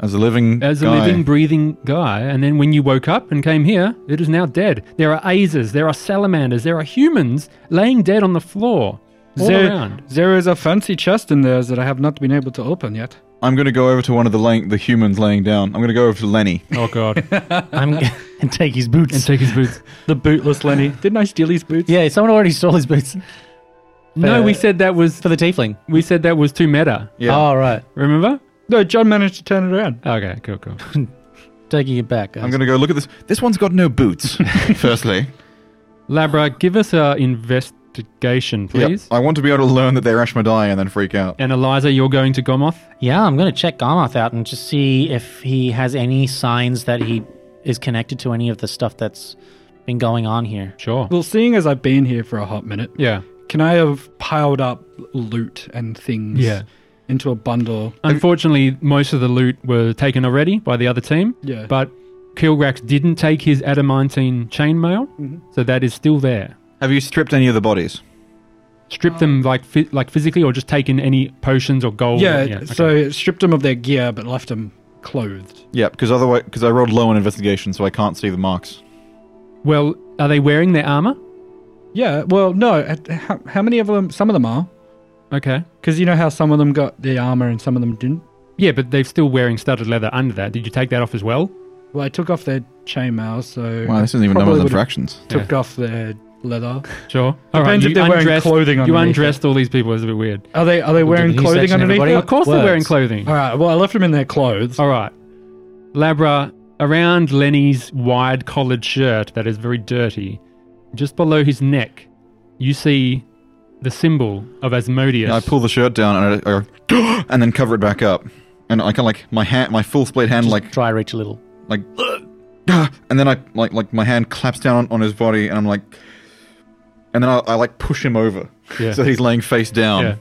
As a living
as a
guy.
living, breathing guy, and then when you woke up and came here, it is now dead. There are Azers, there are salamanders, there are humans laying dead on the floor all around.
there is a fancy chest in there that I have not been able to open yet.
I'm going to go over to one of the laying, the humans laying down. I'm going to go over to Lenny.
Oh god!
I'm and take his
and
boots.
take his boots.
The bootless Lenny. Didn't I steal his boots?
yeah, someone already stole his boots
No,
Uh,
we said that was
for the tiefling.
we said that was too meta.
Yeah.
Oh right,
Remember?
No, John managed to turn it around.
Okay, cool, cool.
taking it back. Guys.
I'm going to go look at this. This one's got no boots, firstly.
Labra, give us a investigation,
Yep.
please.
I want to be able to learn that they're Ashmedai and then freak out.
And Eliza, you're going to Gomoth.
Yeah, I'm gonna check Garmoth out and just see if he has any signs that he is connected to any of the stuff that's been going on here.
Sure.
Well, seeing as I've been here for a hot minute,
Yeah.
can I have piled up loot and things
Yeah.
into a bundle?
Unfortunately, most of the loot were taken already by the other team.
Yeah.
But Kilgrax didn't take his adamantine chainmail,
Mm-hmm.
so that is still there.
Have you stripped any of the bodies?
Strip them like phy- like physically, or just taken any potions or gold.
oh, yeah,
okay.
so it stripped them of their gear but left them clothed.
Yeah, because otherwise, because I rolled low on investigation, so I can't see the marks.
well, are they wearing their armor?
Yeah, well, no, at- how, how many of them? Some of them are.
Okay.
Because you know how some of them got the armor and some of them didn't?
Yeah, but they're still wearing studded leather under that. Did you take that off as well?
Well, I took off their chainmail, so.
Wow, this isn't even
probably
numbers and
would've
fractions.
took off their leather.
Sure.
Depends
you
if they're wearing
undressed-
clothing
You
underneath.
undressed all these people. It's a bit weird.
Are they are they wearing
new
clothing
section,
underneath?
everybody.
it?
Of course, they're wearing
words.
clothing.
All right. Well, I left them in their clothes.
All right. Labra, around Lenny's wide collared shirt that is very dirty, just below his neck, you see the symbol of Asmodeus.
And I pull the shirt down and I, I go, and then cover it back up, and I kind of like my hand, my full split hand, like
Dry reach a little.
like, "Ah," and then I like like my hand claps down on, on his body, and I'm like, and then I, I like push him over
Yeah.
so he's laying face down.
Yeah.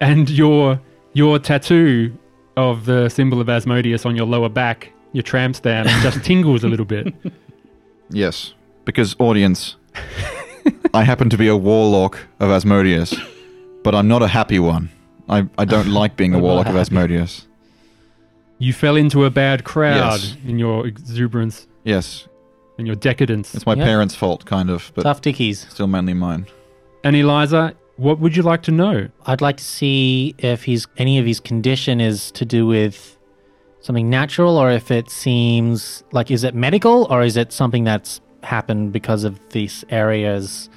And your your tattoo of the symbol of Asmodeus on your lower back, your tramp stamp, just tingles a little bit.
Yes, because audience, I happen to be a warlock of Asmodeus, but I'm not a happy one. I, I don't like being a
I'm not
warlock of
happy.
Asmodeus.
You fell into a bad crowd
Yes.
in your exuberance
Yes,
and your decadence.
it's my
Yeah.
parents' fault, kind of, but
Tough dickies.
still mainly mine.
And Eliza, what would you like to know?
I'd like to see if he's any of his condition is to do with something natural or if it seems like is it medical or is it something that's happened because of these areas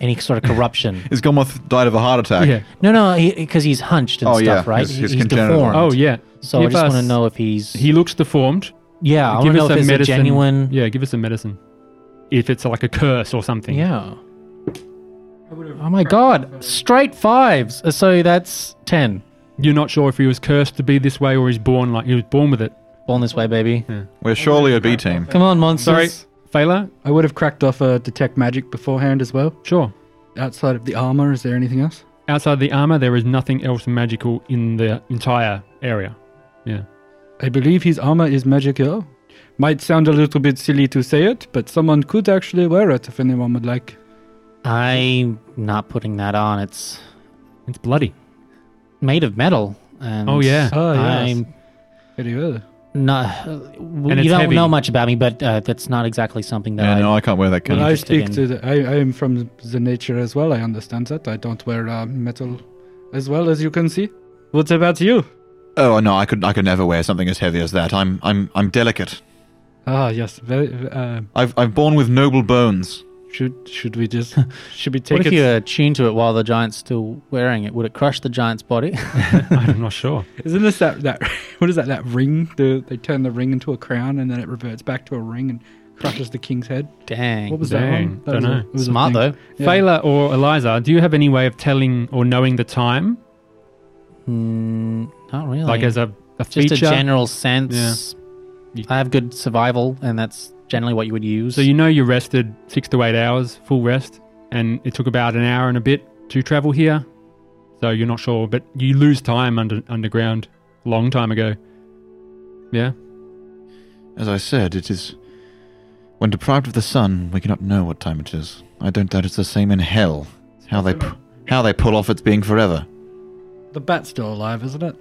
any sort of corruption.
Is Gomoth died of a heart attack?
Yeah.
No, no, because he's hunched and
Oh,
stuff,
yeah,
right?
he's- he's
he's
congenital.
deformed.
Oh yeah.
so I
give
just
us-
want to know if he's
He looks deformed.
yeah. I want to know if it's a genuine.
Yeah, give us some medicine. If it's like a curse or something.
Yeah. Oh my god! Straight fives. So that's ten.
You're not sure if he was cursed to be this way or he's born like he was born with it.
Born this way, baby.
We're surely a B team.
Come on, monsters.
Sorry. Failure?
I would have cracked off a detect magic beforehand as well.
Sure.
Outside of the armor, is there anything else?
Outside the armor, there is nothing else magical in the entire area.
I believe his armor is magical. Might sound a little bit silly to say it, but someone could actually wear it if anyone would like.
I'm not putting that on. It's
It's bloody.
made of metal. And
Oh, yeah.
Oh, yes.
I'm
Pretty good.
not. uh,
it's
you don't
heavy.
know much about me, but uh, that's not exactly something that
Yeah,
I.
no, I can't wear that kind
Well,
of.
I
interested
stick to
in-
the. I, I am from the nature as well. I understand that. I don't wear uh, metal as well as you can see. What about you?
Oh no, I could I could never wear something as heavy as that. I'm I'm I'm delicate.
Ah, yes. Very, uh,
I've I've born with noble bones.
should should we just should we
What
take
if
it?
you
uh,
attune to it while the giant's still wearing it? Would it crush the giant's body?
I'm not sure.
Isn't this that that what is that that ring? The, they turn the ring into a crown and then it reverts back to a ring and crushes the king's head.
Dang.
What was
Dang,
that? One? that was a-
dunno.
it was a
Smart
thing.
though.
Yeah.
Fela or Eliza, do you have any way of telling or knowing the time?
Hmm,
Mm, not really.
Like as a, a
just
feature?
a general sense.
You-
I have good survival, and that's generally what you would use.
so you know you rested six to eight hours, full rest, and it took about an hour and a bit to travel here. So you're not sure, but you lose time under underground a long time ago. Yeah?
As I said, it is when deprived of the sun, we cannot know what time it is. I don't doubt it's the same in hell. How they pu- how they pull off its being forever.
The bat's still alive, isn't it?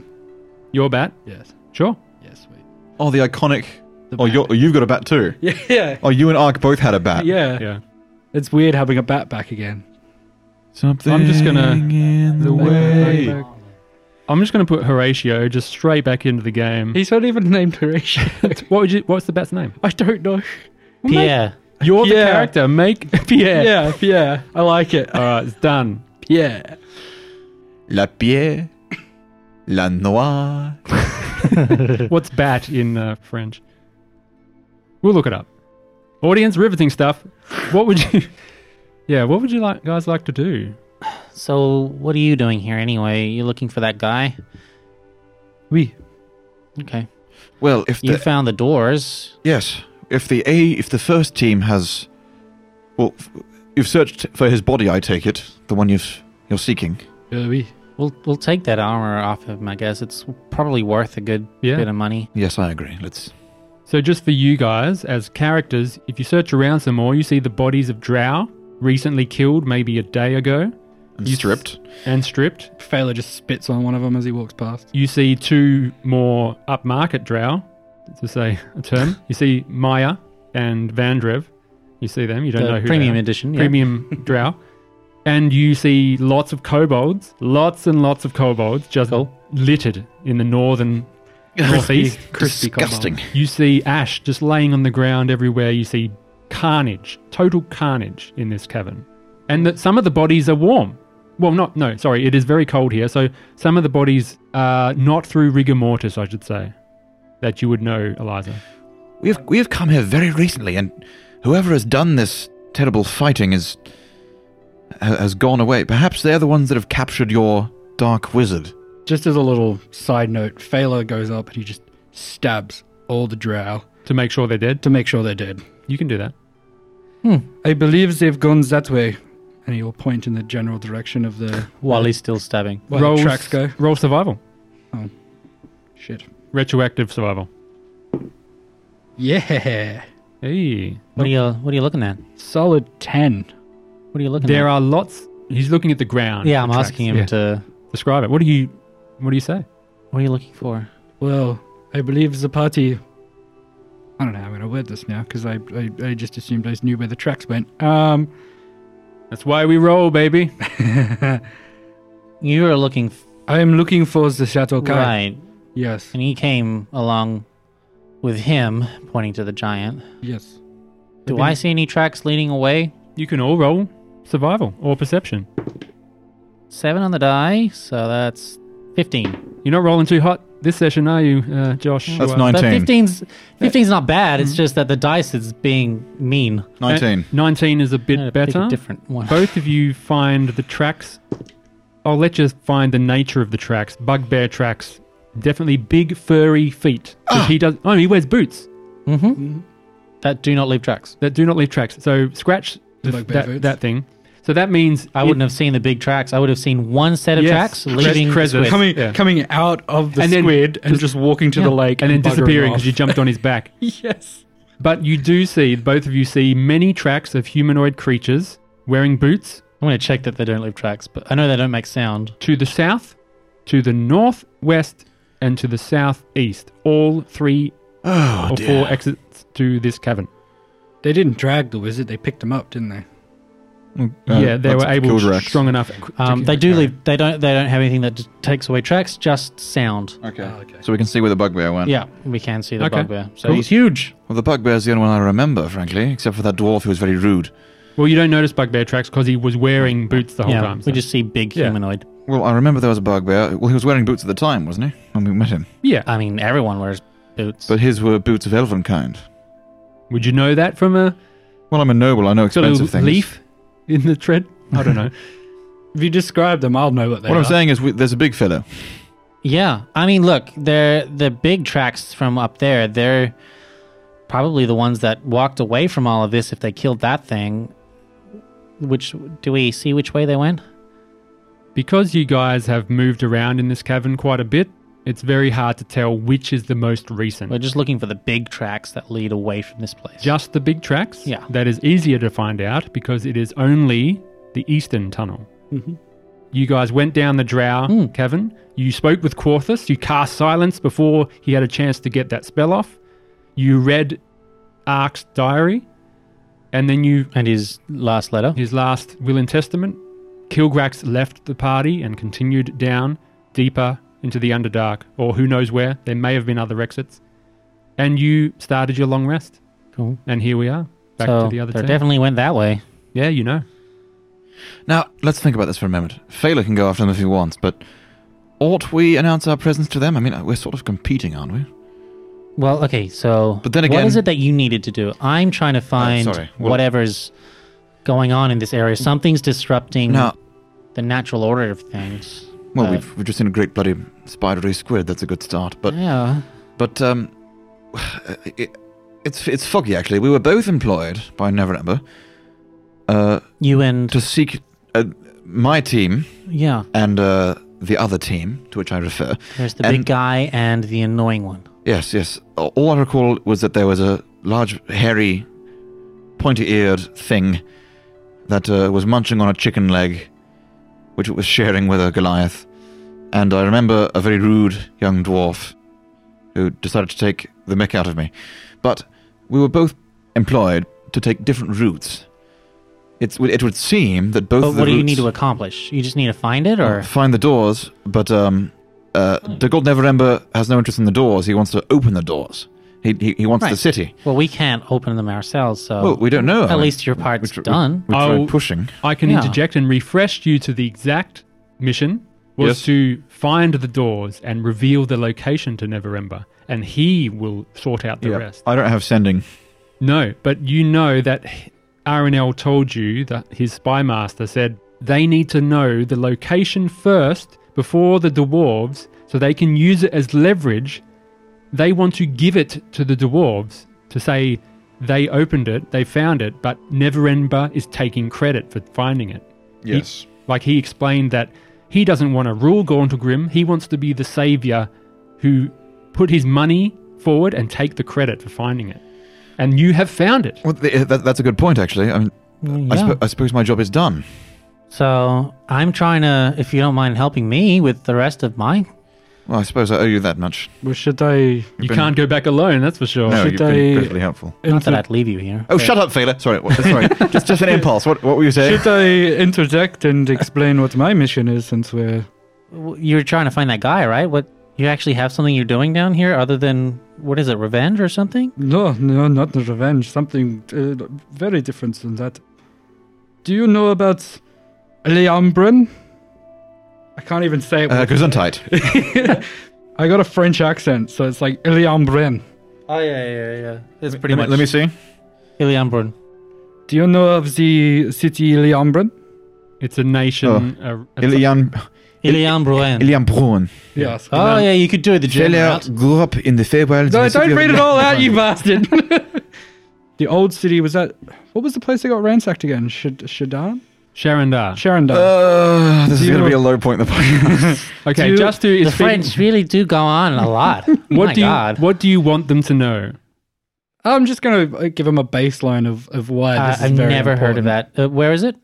Your bat?
Yes.
Sure.
Yes. Wait.
Oh, the iconic.
The
Oh,
bat.
you're, you've got a bat too.
yeah.
Oh, you and Ark both had a bat.
yeah.
Yeah.
It's weird having a bat back again.
Something.
I'm just gonna-
in the
Back,
way.
back, back.
I'm just going to put Horatio just straight back into the game.
He's not even named Horatio.
What would you? What's the bat's name?
I don't know.
Pierre.
You're the
Pierre.
character. Make Pierre.
Yeah, Pierre. I like it.
All right, it's done.
Yeah.
La pierre, la noire.
What's bat in uh, French? We'll look it up. Audience, riveting stuff. What would you? Yeah, what would you like guys like to do?
So what are you doing here anyway? You're looking for that guy.
We.
Okay.
Well, if
You
the,
found the doors.
yes, if the A, if the first team has, well, f- you've searched for his body. I take it the one you've you're seeking.
Yeah, we.
We'll we'll take that armor off him. I guess it's probably worth a good
Yeah.
bit of money.
Yes, I agree. Let's.
So, just for you guys as characters, if you search around some more, you see the bodies of Drow, recently killed maybe a day ago
And
You s-
stripped.
and stripped.
Fela just spits on one of them as he walks past.
You see two more upmarket Drow, to say a term. You see Maya and Vandrev. You see them. You don't
The
know who
Uh, premium
they are.
edition. yeah.
premium drow. And you see lots of kobolds, lots and lots of kobolds, just littered in the northern northeast.
Crispy combo.
Disgusting.
You see ash just laying on the ground everywhere. You see carnage, total carnage in this cavern. And that some of the bodies are warm. Well, not, no, sorry, it is very cold here. So some of the bodies are not through rigor mortis, I should say, that you would know, Eliza.
We have we have come here very recently, and whoever has done this terrible fighting is ha- has gone away. Perhaps they're the ones that have captured your dark wizard.
Just as a little side note, Fela goes up and he just stabs all the drow
To make sure they're dead,
to make sure they're dead.
you can do that.
I believe they've gone that way. And he will point in the general direction of the
While he's still stabbing.
where the tracks go.
roll survival,
Shit.
retroactive survival.
Yeah.
Hey.
What are you What are you looking at?
Solid 10.
What are you looking
There
at?
are lots. He's looking at the ground.
yeah, I'm
Tracks.
asking him
Yeah.
to.
describe it. What do you? What do you say?
What are you looking for?
Well, I believe the party. I don't know how I'm going to word this now because I, I, I just assumed I knew where the tracks went. Um,
That's why we roll, baby.
You were looking f-
I am looking for the Chateau Kai.
right,
Yes.
and he came along with him, pointing to the giant.
Yes.
Do I see any tracks leading away?
You can all roll survival or perception.
Seven on the die, so that's fifteen.
You're not rolling too hot this session, are you, uh, Josh?
That's
You are-
But
19.
15's, 15's not bad. It's just that the dice is being mean.
19.
Uh, Nineteen is a bit
I had to pick
better.
a different one.
Both of you find the tracks. I'll let you find the nature of the tracks. Bugbear tracks. Definitely big furry feet. 'Cause He does. Oh, he wears boots
Mm-hmm. that do not leave tracks.
that do not leave tracks. So scratch the,
Bugbear
that,
boots.
that thing. So that means
I wouldn't have seen the big tracks. I would have seen one set of
Yes.
tracks
Cres-
leaving.
Cres-
Squid.
Come-
Coming,
Yeah.
coming out of the
And then
squid and just walking to the lake
and then
buggering
disappearing
off.
because you jumped on his back.
yes.
But you do see, both of you see many tracks of humanoid creatures wearing boots
I want to check that they don't leave tracks, but I know they don't make sound.
to the south, to the northwest, and to the southeast. All three
Oh,
or four exits to this cavern.
They didn't drag the wizard; they picked him up, didn't they?
Uh,
yeah, they
that's
were able,
Kildrax.
strong enough.
Um, they do leave. They don't. They don't have anything that d- takes away tracks. Just sound.
Okay.
Oh,
Ah,
okay.
So we can see where the bugbear went.
Yeah, we can see the
Okay.
bugbear. So
Cool.
he's huge.
Well, the bugbear's the only one I remember, frankly, except for that dwarf who was very rude.
Well, you don't notice bugbear tracks because he was wearing boots the whole
yeah,
time.
we
so-
just see big
Yeah.
humanoid.
Well, I remember there was a bugbear. Well, he was wearing boots at the time, wasn't he? When we met him.
yeah.
I mean, everyone wears boots.
But his were boots of elven kind.
Would you know that from a
Well, I'm a noble. I know
sort
expensive
of
things.
leaf in the tread? I don't know.
If you describe them, I'll know what they
What
are.
I'm saying is, we, there's a big fellow.
yeah, I mean, look, they're the big tracks from up there. They're probably the ones that walked away from all of this. If they killed that thing, which do we see which way they went?
because you guys have moved around in this cavern quite a bit, it's very hard to tell which is the most recent.
We're just looking for the big tracks that lead away from this place.
just the big tracks.
Yeah.
That is easier to find out because it is only the eastern tunnel. You guys went down the drow cavern. You spoke with Quarthus. You cast silence before he had a chance to get that spell off. You read Ark's diary. And then you,
and his last letter.
his last will and testament. Kilgrax left the party and continued down deeper into the Underdark, or who knows where. There may have been other exits. And you started your long rest.
Cool.
And here we are, back
so
to the other
they
team.
definitely went that way.
yeah, you know.
Now, let's think about this for a moment. Fela can go after them if he wants, but ought we announce our presence to them? I mean, uh, we're sort of competing, aren't we?
Well, okay, so
But then
what
again- Uh,
is it that you needed to do? I'm trying to find
sorry, well-
whatever's going on in this area. Something's disrupting
Now,
the natural order of things.
well,
Uh,
we've, we've just seen a great bloody spidery squid. That's a good start. But
yeah,
But um, it, it's it's foggy actually. We were both employed by Neverember uh,
you and
to seek uh, my team
yeah,
and uh, the other team to which I refer.
there's the
and-
big guy and the annoying one.
Yes, yes. A- All I recall was that there was a large, hairy, pointy-eared thing that uh, was munching on a chicken leg, which it was sharing with a Goliath. And I remember a very rude young dwarf who decided to take the mick out of me. But we were both employed to take different routes. It's, it would seem that both
But
of the Oh.
what do you
routes-
need to accomplish? You just need to find it, or
Uh, find the doors, but um, uh, the Gold Neverember has no interest in the doors. He wants to open the doors. He he, he wants the
Right.
city.
well, we can't open them ourselves. So
well, we don't know.
at least your part's
Which-
done.
we tried
I'll-
pushing.
I can
Yeah.
interject and refresh you to the exact mission was
Yes.
to find the doors and reveal the location to Neverember, and he will sort out the rest.
I don't have sending.
No, but you know that RNL told you that his spy master said they need to know the location first before the dwarves so they can use it as leverage. They want to give it to the dwarves to say they opened it, they found it, but Neverember is taking credit for finding it. Yes. Like he explained that he doesn't want to rule Gauntlegrim, he wants to be the savior who put his money forward and take the credit for finding it. And you have found it.
Well, th that, that's a good point, actually. I, mean,
Mm,
I,
yeah.
sp- I suppose my job is done.
So I'm trying to, if you don't mind helping me with the rest of my
Well, I suppose I owe you that much.
Well, should they?
You
been-
can't go back alone, that's for sure.
No,
should
you've been
I-
greatly helpful.
Not that
inter-
I'd leave you here.
Oh, shut up, Fela. Sorry, what, sorry. just, just an impulse. What, what were you saying?
should I interject and explain what my mission is, since we're
W- You're trying to find that guy, right? What you actually have something you're doing down here other than what is it, revenge or something?
No, no, not the revenge. Something uh, very different than that. Do you know about Leambrin? I can't even say it.
Uh, Gesundheit.
I got a French accent, so it's like Leambrin.
Oh yeah, yeah, yeah. It's
Let me- let me see.
Iliambrun.
Do you know of the city Leambrin?
It's a
Oh.
nation. uh, it's a-
Ilian,
Iliambrun.
Ilian Bruin.
Yes.
Oh yeah, you could do it the German route.
grew up in the Feywild.
No, don't read it all out, you bastard. the old city was that. What was the place they got ransacked again? Shad- Shadan?
Sharandar.
Sharandar.
Uh, this is
you-
going to be a low point in the podcast.
Okay,
Do-
just to
The
it's been-
French really do go on a lot.
What
My
do you
God.
what do you want them to know?
I'm uh, just going to give him a baseline of, of why
Uh,
this is
I've
very
never heard of
important.
that. Uh, where is it?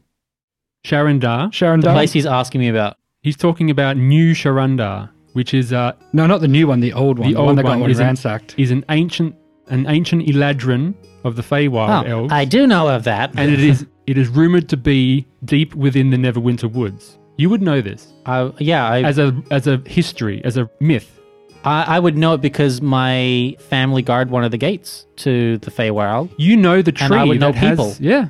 Sharandar.
Sharon
The
Dunn?
place he's asking me about.
He's talking about New Sharandar, which is uh,
No, not the new one, the old one. The,
The
one
old
that got
one
one
isn't-
ransacked.
is an ancient an ancient Eladrin of the Feywild
Oh,
elves,
I do know of that.
and it is it is rumored to be deep within the Neverwinter woods. You would know this
I, yeah, I,
as a as a history, as a myth.
I, I would know it because my family guard one of the gates to the Feywild.
You know the tree
And I would know
that has-
people.
yeah,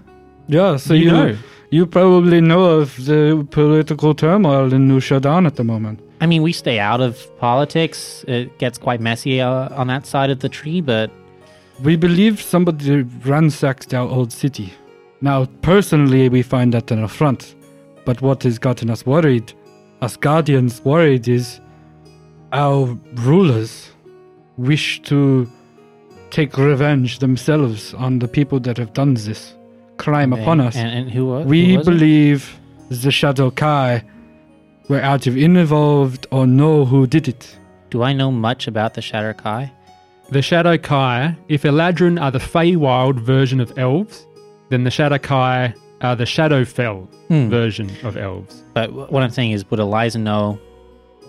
Yeah, so
you know.
you probably know of the political turmoil in New Shadan at the moment.
I mean, we stay out of politics. It gets quite messy uh, on that side of the tree, but
We believe somebody ransacked our old city. Now, personally, we find that an affront. But what has gotten us worried, us guardians worried, is our rulers wish to take revenge themselves on the people that have done this crime upon
and-
us.
And, and who was
we
who was it?
believe the Shadow Kai were out of involved or know who did it.
Do I know much about the Shatter Kai?
the Shadow Kai. If Eladrin are the Feywild version of elves, then the Shadow Kai are the Shadowfell
Hmm.
version of elves.
But wh- what I'm saying is, would Eliza know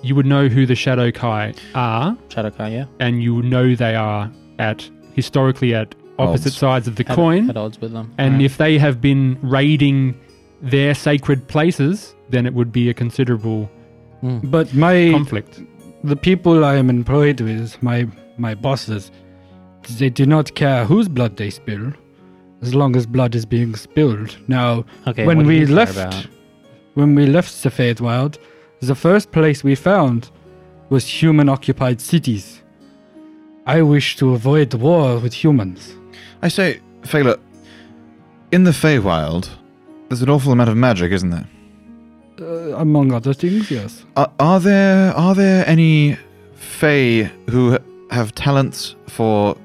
You would know who the Shadow Kai are,
Shatter Kai? Yeah,
and you know they are at historically at opposite
Odds.
sides of the
At-
coin.
at odds with them.
And
Right.
if they have been raiding their sacred places, then it would be a considerable
But my
conflict.
the people I am employed with, my my bosses, they do not care whose blood they spill, as long as blood is being spilled. Now,
Okay, what
when
do
we
you care
left,
about?
when we left Safed Wild, the first place we found was human-occupied cities. I wish to avoid war with humans.
I say, Fela, in the Feywild, there's an awful amount of magic, isn't there?
Uh, among other things, yes.
Are, are there are there any Fey who have talents for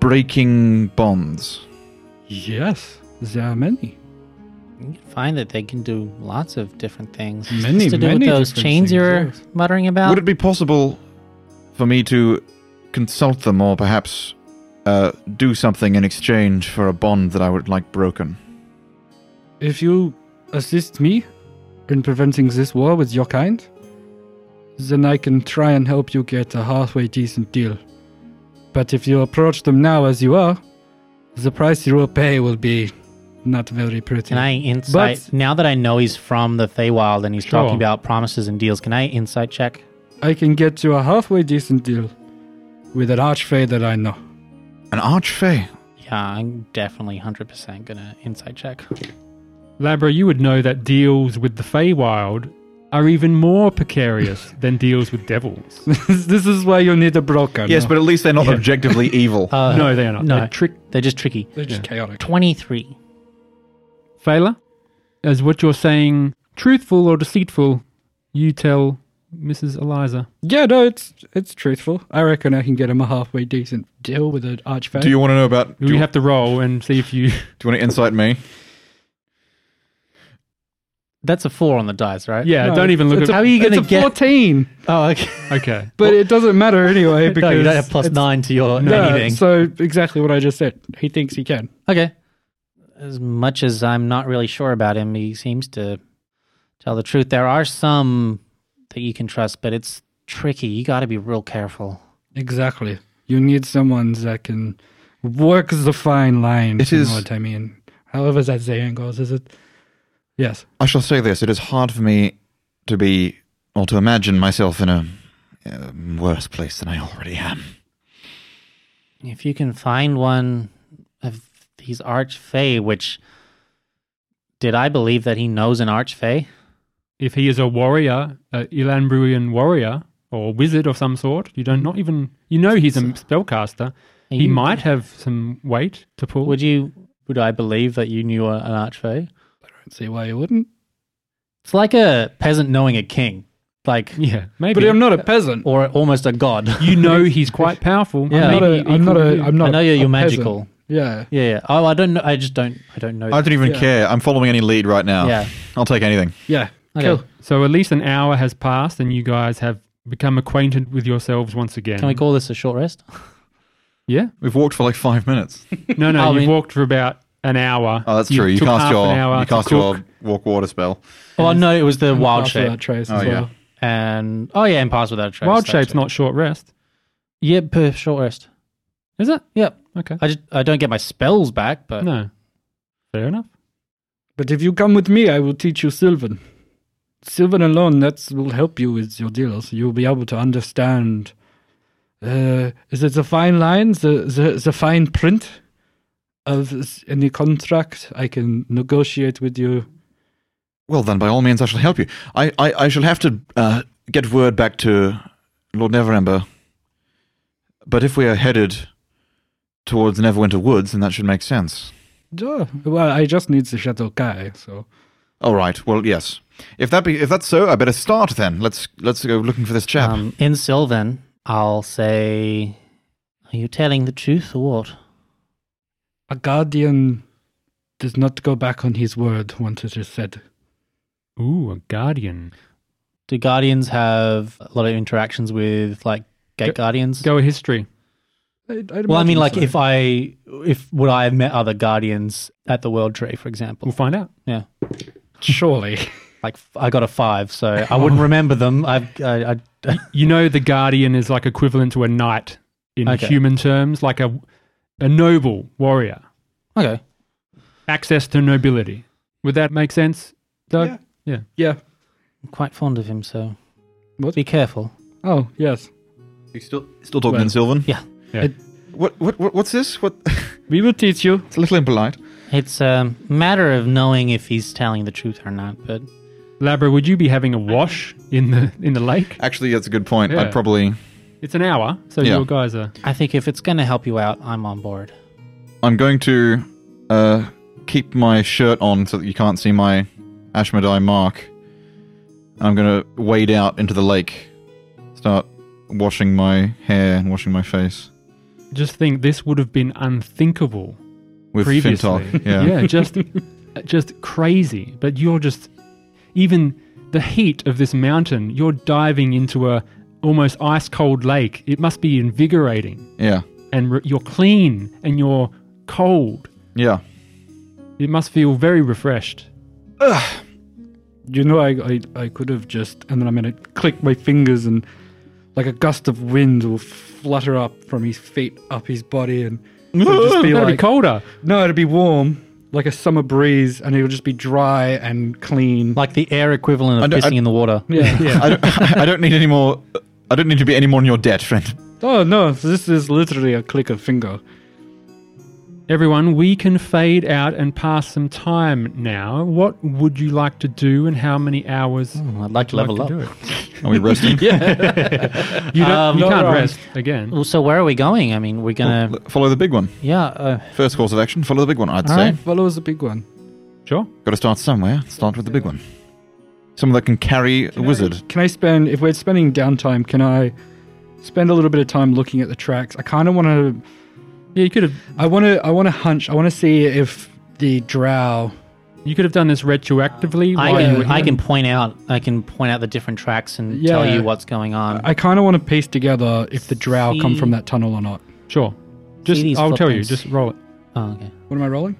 breaking bonds?
Yes, there are many.
You can find that they can do lots of different things.
Many,
Just to do
many
with those
different
chains
things,
you're
yes.
muttering about.
Would it be possible for me to consult them, or perhaps uh, do something in exchange for a bond that I would like broken?
If you assist me in preventing this war with your kind, then I can try and help you get a halfway decent deal. But if you approach them now as you are, the price you will pay will be not very pretty.
Can I insight
But-
now that I know he's from the Feywild and he's
Sure.
talking about promises and deals? Can I insight check?
I can get you a halfway decent deal with an archfey that I know.
An archfey.
Yeah, I'm definitely hundred percent gonna insight check.
Labra, you would know that deals with the Feywild are even more precarious than deals with devils.
this is why you need a broker.
Yes,
no?
but at least they're not objectively evil.
Uh,
no, they are not.
no.
They're trick
They're just tricky.
they're just chaotic.
Twenty-three.
Fela, is what you're saying truthful or deceitful? You tell Mrs. Eliza.
Yeah, no, it's it's truthful. I reckon I can get him a halfway decent deal with an archfey.
do you want to know about? Do
We
you,
have to roll and see if you.
do you want to insight me?
That's a four on the dice, right?
Yeah,
No,
don't even look
it's
at.
a-
How are you
it's
gonna
a
get-
fourteen?
Oh, okay.
okay.
But it doesn't matter anyway because
no, you don't have plus
it's-
nine to your
No,
anything.
so exactly what I just said. He thinks he can.
okay.
As much as I'm not really sure about him, he seems to tell the truth. There are some that you can trust, but it's tricky. You got to be real careful.
Exactly. You need someone that can work the fine line.
It
you know
is-
what I mean. However that saying goes, is it? Yes.
I shall say this: it is hard for me to be or to imagine myself in a, uh worse place than I already am.
If you can find one of these archfey, which did I believe that he knows an archfey?
If he is a warrior, a Elanbruian warrior or wizard of some sort, you don't not even. You know he's a spellcaster. He
You-
might have some weight to pull.
Would you? Would I believe that you knew a- an archfey?
Don't see why you wouldn't.
It's like a peasant knowing a king, like
yeah, maybe.
But I'm not a peasant.
or almost a god.
you know he's quite powerful.
Yeah.
I'm not
Maybe
a. I'm
equal
not
to
a.
you.
I'm not.
I know you're,
a
you're
peasant.
magical.
Yeah.
Yeah, yeah. Oh, I don't know. I just don't. I don't know.
I don't even
Yeah.
care. I'm following any lead right now.
yeah.
I'll take anything.
Yeah.
Okay.
Cool.
So at least an hour has passed, and you guys have become acquainted with yourselves once again.
Can we call this a short rest?
Yeah.
We've walked for like five minutes.
No, no.
I
you've
mean-
walked for about an hour.
Oh, that's true. You
took
cast
half
your
an hour
you
to
cast
cook.
your walk water spell.
Well, Oh, no, it was the
And
wild
pass
shape.
without trace
Oh,
as
yeah.
well.
And oh yeah, and pass without a trace.
wild
that's
shape's
it.
not short rest,
Yeah, per short rest.
is it?
Yep.
Okay.
I just I don't get my spells back, but
No. Fair enough.
But if you come with me, I will teach you Sylvan. Sylvan alone, that will help you with your deals. You'll be able to understand. Uh, is it the fine lines, the, the, the fine print of s- any contract? I can negotiate with you.
Well, then, by all means, I shall help you. I, I, I shall have to uh, get word back to Lord Neverember. But if we are headed towards Neverwinter Woods, then that should make sense.
Duh. Well, I just need the Chateau Kai, so.
All right. Well, yes. If that be if that's so, I better start then. Let's let's go looking for this chap.
Um, in Sylvan, I'll say, Are you telling the truth or what?
A guardian does not go back on his word once it is said.
Ooh, a guardian.
do guardians have a lot of interactions with like
Go-
gate guardians?
Go a history.
I'd- I'd
well, I
imagine
mean, like
so.
if I if would I have met other guardians at the World Tree, for
We'll
example?
find out.
Surely.
Like f- I got a five, so I wouldn't remember them. I've, I I
You know, the guardian is like equivalent to a knight in
Okay.
human terms, like a a noble warrior.
okay.
Access to nobility. Would that make sense, Doug?
Yeah. Yeah.
I'm quite fond of him, so
What?
be careful.
Oh, yes.
You still still talking
Well-
in Sylvan?
Yeah.
Yeah.
What, what what what's this? What
We will teach you.
it's a little impolite.
It's a matter of knowing if he's telling the truth or not, but
Labra, would you be having a wash in the in the lake?
Actually, that's a good point.
Yeah.
I'd probably
It's an hour, so
Yeah.
your guys are.
I think if it's going to help you out, I'm on board.
I'm going to uh, keep my shirt on so that you can't see my Ashmedai mark. And I'm going to wade out into the lake, start washing my hair and washing my face
Just think, this would have been unthinkable
with
previously.
Fintok. Yeah.
just just crazy. But you're just even the heat of this mountain. You're diving into a almost ice cold lake. It must be invigorating,
yeah,
and re- you're clean and you're cold.
yeah.
It must feel very refreshed.
You know, I, I, I could have just, and then I'm going to click my fingers, and like a gust of wind will flutter up from his feet up his body, and it'll just be
Gotta be
like,
colder.
no, it'll be warm, like a summer breeze, and it'll just be dry and clean.
Like the air equivalent
I
of
don't-
pissing
I-
in the water.
yeah.
I, don't, I don't need any more. I don't need to be any more in your debt, friend.
Oh, no, this is literally a click of finger.
Everyone, we can fade out and pass some time now. What would you like to do, and how many hours?
Mm, I'd like to
would you
level
like
up.
to do it?
Are we resting?
You, don't, you
no,
can't
no.
rest again.
Well, so where are we going? I mean, we're going to.
Follow the big one.
Yeah. Uh,
First course of action. Follow the big one. I'd
All
say.
right.
Follow is a big one.
Sure.
Got to start somewhere. Start with the big one.
Someone that can carry a wizard.
Can I spend, if we're spending downtime, can I spend a little bit of time looking at the tracks? I kind of want to
Yeah, you could have.
I want to. I want to hunch. I want to see if the drow.
You could have done this retroactively.
I
while you were
can, I
here.
can point out I can point out the different tracks and tell
Yeah.
you what's going on.
I kind of want to piece together if the drow come from that tunnel or not.
Sure. Just
these
I'll tell you.
footprints?
Just roll it.
oh, okay.
What am I rolling?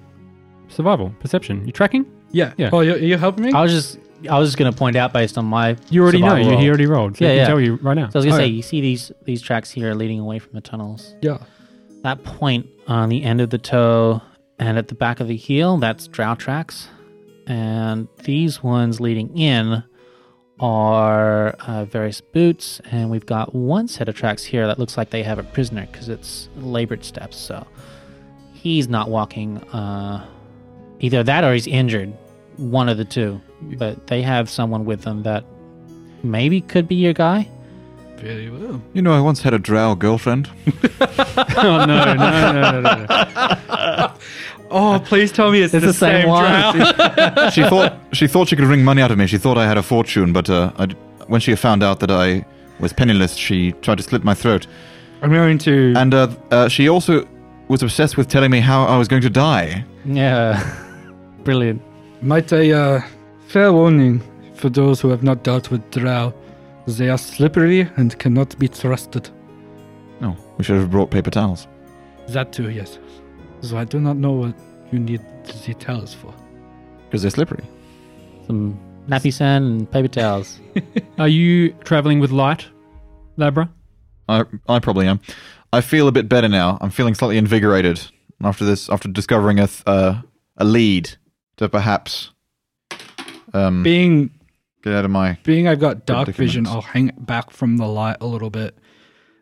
Survival, perception. You tracking?
Yeah.
Yeah.
Oh, you're, you're helping me.
I was just I was just going to point out based on my
You already know.
survival
You,
roll.
he already rolled. So
Yeah,
yeah,
yeah.
can tell you right now.
So I was gonna
Oh,
say,
yeah.
you see these these tracks here leading away from the tunnels.
yeah.
That point on the end of the toe and at the back of the heel, that's drow tracks, and these ones leading in are uh, various boots, and we've got one set of tracks here that looks like they have a prisoner because it's labored steps. So he's not walking. Uh, either that or he's injured, one of the two. But they have someone with them that maybe could be your guy.
Very well.
You know, I once had a drow girlfriend.
oh no, no, no, no, no, no.
Oh, please tell me it's, the, same, drow.
she thought she thought she could wring money out of me. She thought I had a fortune, but uh, I d when she found out that I was penniless, she tried to slit my throat.
I'm going to.
And uh, uh, she also was obsessed with telling me how I was going to die.
yeah brilliant.
Might I? Uh, fair warning for those who have not dealt with drow. They are slippery and cannot be trusted.
Oh, No, we should have brought paper towels.
That too, yes. So I do not know what you need the towels for?
because they're slippery.
Some nappy sand and paper towels.
Are you traveling with light, Labra?
I, I probably am. I feel a bit better now. I'm feeling slightly invigorated after this, after discovering a th- uh, a lead to perhaps um,
Being
get out of my.
being I've got dark vision,
Predicaments.
I'll hang it back from the light a little bit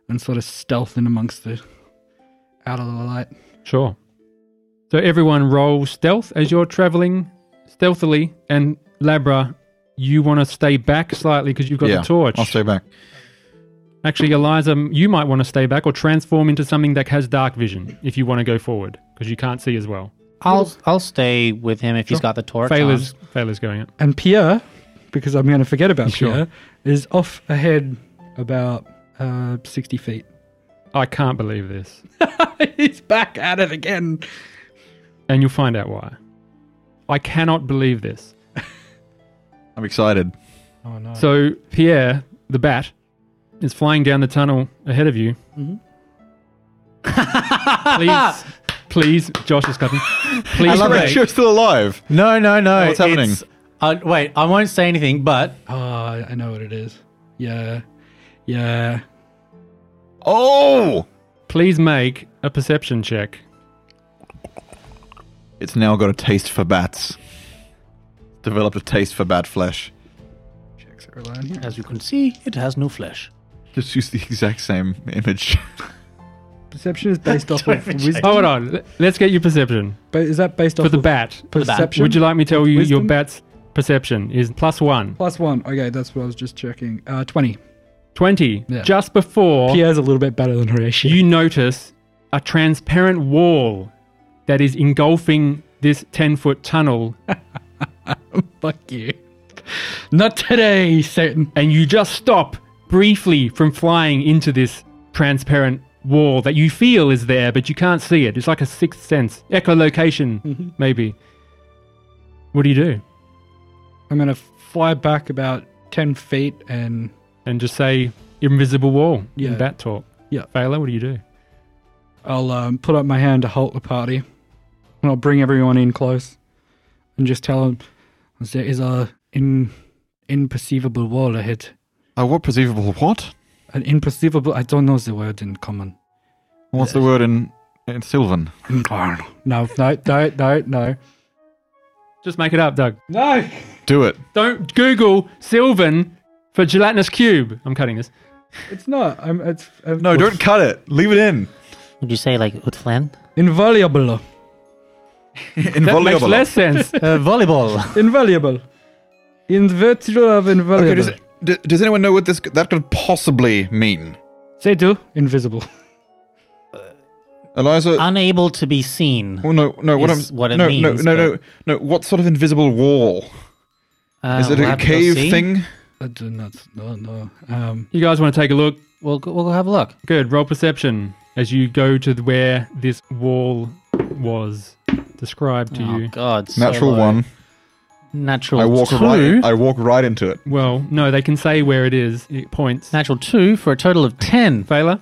and sort of stealth in amongst the out of the light.
Sure. So everyone roll stealth as you're traveling stealthily, and Labra, you want to stay back slightly because you've got
yeah,
the torch.
I'll stay back.
Actually, Eliza, you might want to stay back or transform into something that has dark vision if you want to go forward because you can't see as well.
I'll I'll stay with him if he's got the torch.
Failers, failers going it.
And Pierre, because I'm going to forget about
Sure.
Pierre, is off ahead about uh, 60 feet.
I can't believe this,
He's back at it again.
and you'll find out why. I cannot believe this.
I'm excited.
Oh no.
So Pierre, the bat, is flying down the tunnel ahead of you.
Mm-hmm.
please, please, Josh is coming. Please,
Wait,
make-
You're still alive.
No, no, no.
What's happening?
It's- uh, wait, I won't say anything, but
Ah, I know what it is. Yeah. Yeah.
Oh,
please make a perception check.
it's now got a taste for bats. Developed a taste for bat flesh.
Checks are lying here.
As you can see, it has no flesh.
Just use the exact same image.
Perception is based off of wisdom.
Hold on, l- let's get your perception
Ba- Is that based off
for the
of
bat.
perception?
Would you like me to tell you your
Wisdom?
bat's perception is plus one?
Plus one. Okay, that's what I was just checking. Uh, 20.
20.
Yeah.
Just before
Pierre's a little bit better than Horatio.
you notice a transparent wall that is engulfing this 10 foot tunnel,
Fuck you. Not today, Satan.
and you just stop briefly from flying into this transparent wall that you feel is there, but you can't see it. It's like a sixth sense, echolocation,
Mm-hmm.
maybe. What do you do?
I'm going to fly back about 10 feet and
And just say, invisible wall
Yeah.
in bat talk.
Yeah.
Failer, what do you do?
I'll um, put up my hand to halt the party, and I'll bring everyone in close, and just tell them there is a in imperceivable wall ahead.
Oh, what perceivable? What?
An imperceivable. I don't know the word in common.
What's the word in in Sylvan?
No, no, no, no, no.
Just make it up, Doug.
No.
Do it.
Don't Google Sylvan for gelatinous cube. I'm cutting this.
It's not. I'm. It's. I'm,
No, don't cut it. Leave it in.
Would you say like Utflan?
Invaluable.
That makes
Invaluable.
less sense.
uh, volleyball.
Invaluable. In virtue of
Okay,
invaluable.
does, d- does anyone know what this that could possibly mean?
they do. Invisible.
Eliza,
Unable to be seen.
well, no, no. What I'm
is what it
no,
means,
no, no, no, no. What sort of invisible wall?
Uh,
Is it
we'll
a
have to go
cave
see.
thing?
I do not. No, no. Um.
You guys want to take a look?
We'll go- we'll have a look.
Good. Roll perception as you go to th- where this wall was described to
Ah.
oh
you.
God! so
Natural
low.
one.
Natural.
I walk
two.
right. I walk right into it.
Well, no, they can say where it is. It points.
Natural two for a total of ten.
Failer,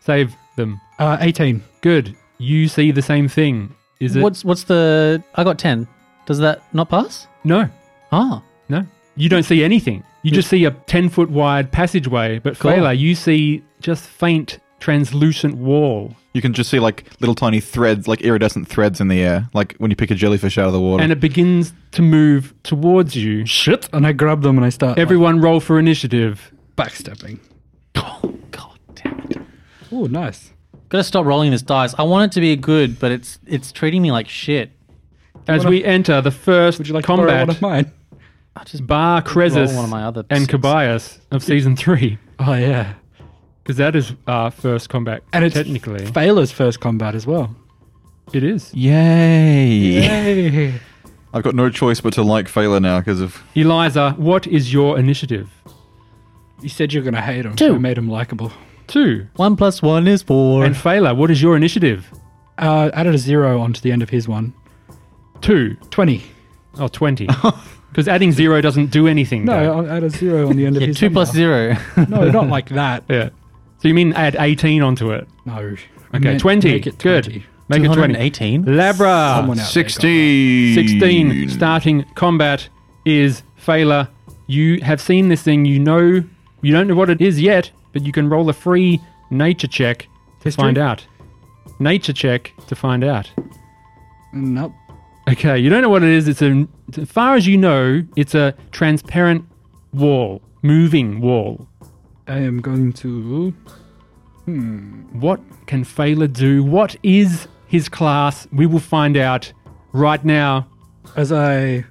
save them.
Uh. Eighteen.
Good. You see the same thing. Is it?
What's what's the? I got ten. Does that not pass?
No,
Ah,
no. You don't see anything. You just see a 10 foot wide passageway. But
Cool.
Failer, you see just faint, translucent wall.
You can just see like little tiny threads, like iridescent threads in the air, like when you pick a jellyfish out of the water.
And it begins to move towards you.
Shit. And I grab them and I start like,
Everyone roll for initiative.
backstepping.
God damn it!
Oh, nice.
Gotta stop rolling this dice. I want it to be good, but it's it's treating me like shit.
As
wanna-
we enter the first
Would you like to borrow
combat.
one of mine?
I just
Bar Cresus
roll one of my other
and Kobayas of season three,
Oh yeah,
because that is our first combat.
and it's
technically
Failer's first combat as well.
it is.
Yay!
Hey,
I've got no choice but to like Fela now because of
Eliza, uh, what is your initiative?
you said you're gonna hate him.
Two.
I made him likable.
Two.
One plus one is four.
And Fela, what is your initiative?
Uh, added a zero onto the end of his one.
Two.
Twenty.
Oh, 20. Because adding zero doesn't do anything.
No,
though.
I'll add a zero on the end of
yeah,
his.
two
number.
plus zero.
No, not like that.
Yeah. So you mean add 18 onto it?
No. I
Okay,
meant
20.
Make it
Good.
20.
Make it 20.
218.
Labra.
Someone out there got-
16.
16. Starting combat is Fela. You have seen this thing. You know, you don't know what it is yet, but you can roll a free nature check to
History?
find out. Nature check to find out.
Nope.
Okay, you don't know what it is. It's a, as far as you know, it's a transparent wall, moving wall.
I am going to.
What can Fela do? What is his class? We will find out right now.
As I.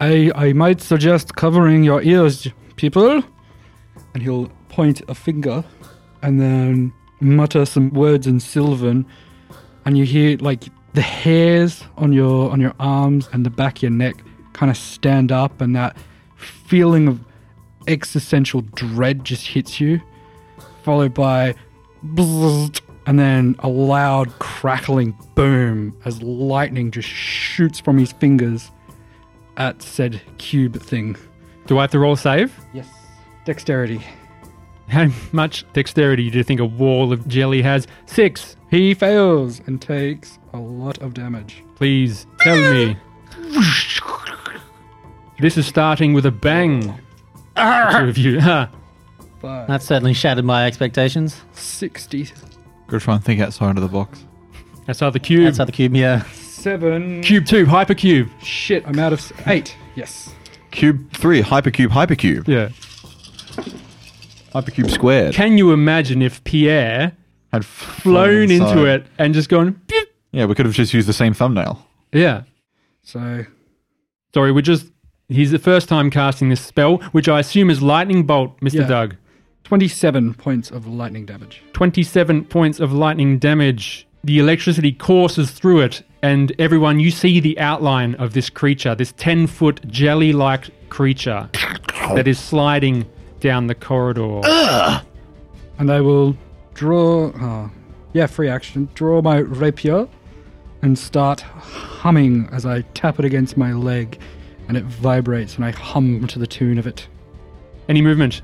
I, I might suggest covering your ears, people. And he'll point a finger and then mutter some words in Sylvan. And you hear, like, the hairs on your on your arms and the back of your neck kind of stand up, and that feeling of existential dread just hits you, followed by Bzzzt, and then a loud crackling boom as lightning just shoots from his fingers at said cube thing.
Do I have to roll save?
Yes. Dexterity.
How much dexterity do you think a wall of jelly has? Six.
He fails and takes a lot of damage.
Please tell me. This is starting with a bang.
Ah.
The two of you. Huh.
Five,
That certainly shattered my expectations.
67.
Go try and think outside of the box.
Outside the cube.
Outside the cube, yeah.
Cube two, hypercube.
Shit, I'm out of. s- Eight. Yes.
Cube 3, hypercube, hypercube.
Yeah.
Hypercube squared.
Can you imagine if Pierre
Had
flown into
inside.
it and just gone? "Pew."
Yeah, we could have just used the same thumbnail.
Yeah.
So,
Sorry, we're just. He's the first time casting this spell, which I assume is lightning bolt, Mr.
Yeah.
Doug.
27 points of lightning damage.
27 points of lightning damage. The electricity courses through it, and everyone, you see the outline of this creature, this 10 foot jelly like creature that is sliding down the corridor.
and I will draw. Uh, yeah, free action. Draw my rapier and start humming as I tap it against my leg, and it vibrates, and I hum to the tune of it.
Any movement?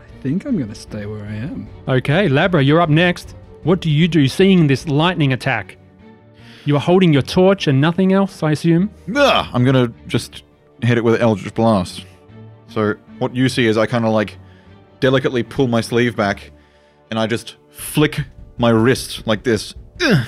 I think I'm gonna stay where I am.
Okay, Labra, you're up next. What do you do seeing this lightning attack? You are holding your torch and nothing else, I assume?
Ugh, I'm gonna just hit it with Eldritch Blast. So what you see is I kind of like delicately pull my sleeve back, and I just flick my wrist like this, Ugh.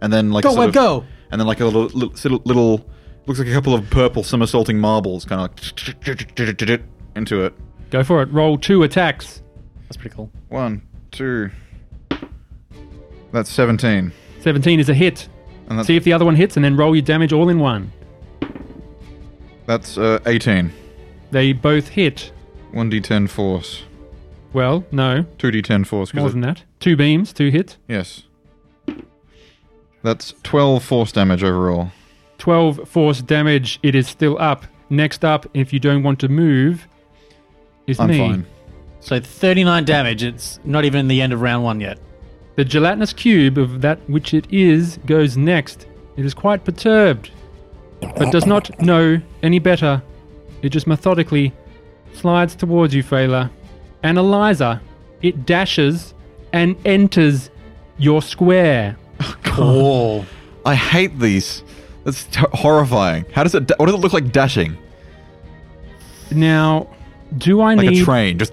and then like go go, and then like a little little, little looks like a couple of purple somersaulting marbles kind of like into it.
Go for it. Roll two attacks.
That's pretty cool.
One, two. That's seventeen.
17 is a hit.
And that's,
See if the other one hits and then roll your damage all in one.
that's uh, 18.
They both hit.
1d10 force.
Well, no,
2d10 force. 'cause
more
it-
than that. Two beams, two hits.
Yes. That's 12 force damage overall.
12 force damage. It is still up. Next up, if you don't want to move, is
I'm
me.
fine.
So 39 damage. It's not even the end of round one yet.
The gelatinous cube of that which it is goes next. It is quite perturbed, but does not know any better. It just methodically slides towards you, Fela. And Eliza, it dashes and enters your square.
Oh. I hate these. That's t- horrifying. How does it. Da- what does it look like dashing?
Now, do I
Like
need.
a train. Just.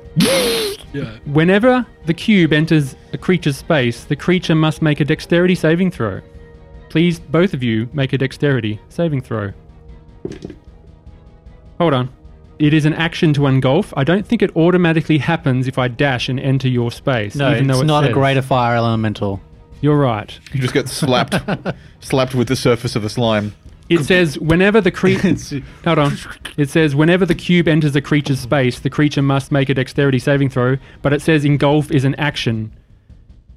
Yeah.
Whenever the cube enters a creature's space, the creature must make a dexterity saving throw. Please, both of you, make a dexterity saving throw. Hold on. It is an action to engulf. I don't think it automatically happens if I dash and enter your space.
No,
even
it's
though it
not a
says.
greater fire elemental.
You're right.
You just get slapped. slapped with the surface of the slime.
It says whenever the creature. Hold on. It says whenever the cube enters a creature's space, the creature must make a dexterity saving throw, but it says engulf is an action,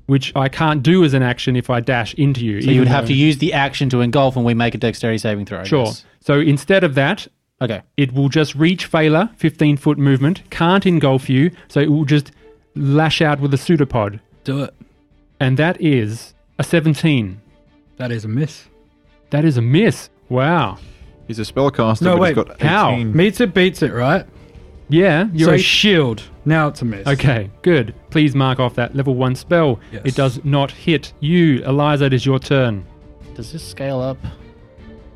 which I can't do as an action if I dash into you.
So you would have to use the action to engulf when we make a dexterity saving throw. I
Sure.
guess.
So instead of that,
Okay.
it will just reach Fela, 15 foot movement, can't engulf you, so it will just lash out with a pseudopod.
Do it.
And that is a 17.
That is a miss.
That is a miss. Wow.
He's a spellcaster.
No,
but
wait,
He's got
how?
18.
Meets it beats it, right?
Yeah, you're
so
a
shield. Now it's a miss.
Okay, good. Please mark off that level one spell.
Yes.
It does not hit you. Eliza, it is your turn.
Does this scale up?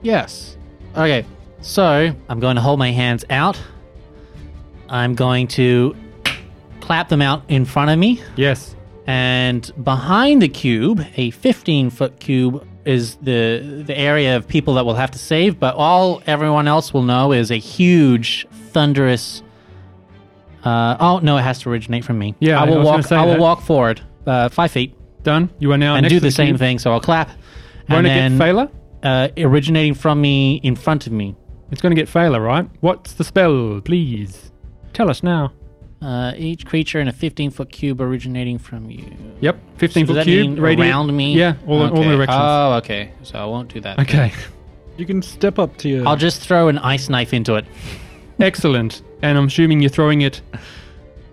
Yes. Okay. So I'm going to hold my hands out. I'm going to clap them out in front of me.
Yes.
And behind the cube, a 15 foot cube is the the area of people that we'll have to save, but all everyone else will know is a huge, thunderous. Uh, oh no! It has to originate from me.
Yeah,
I
I
will
was gonna
walk.
say
I will
that.
walk forward uh, five feet
Done. You are now
and
next
do
to
the, same
cube.
thing. So I'll clap.
Won't
and
it
then,
get failure?
uh, originating from me in front of me.
It's going to get failure, right? What's the spell, please? Tell us now.
Uh, each creature in a 15 foot cube originating from you.
Yep. 15 foot
So does that
cube.
mean
radius-
around me?
Yeah, all, in all
Okay.
directions.
Oh, okay. So I won't do that.
okay.
You can step up to your.
I'll just throw an ice knife into it.
Excellent. And I'm assuming you're throwing it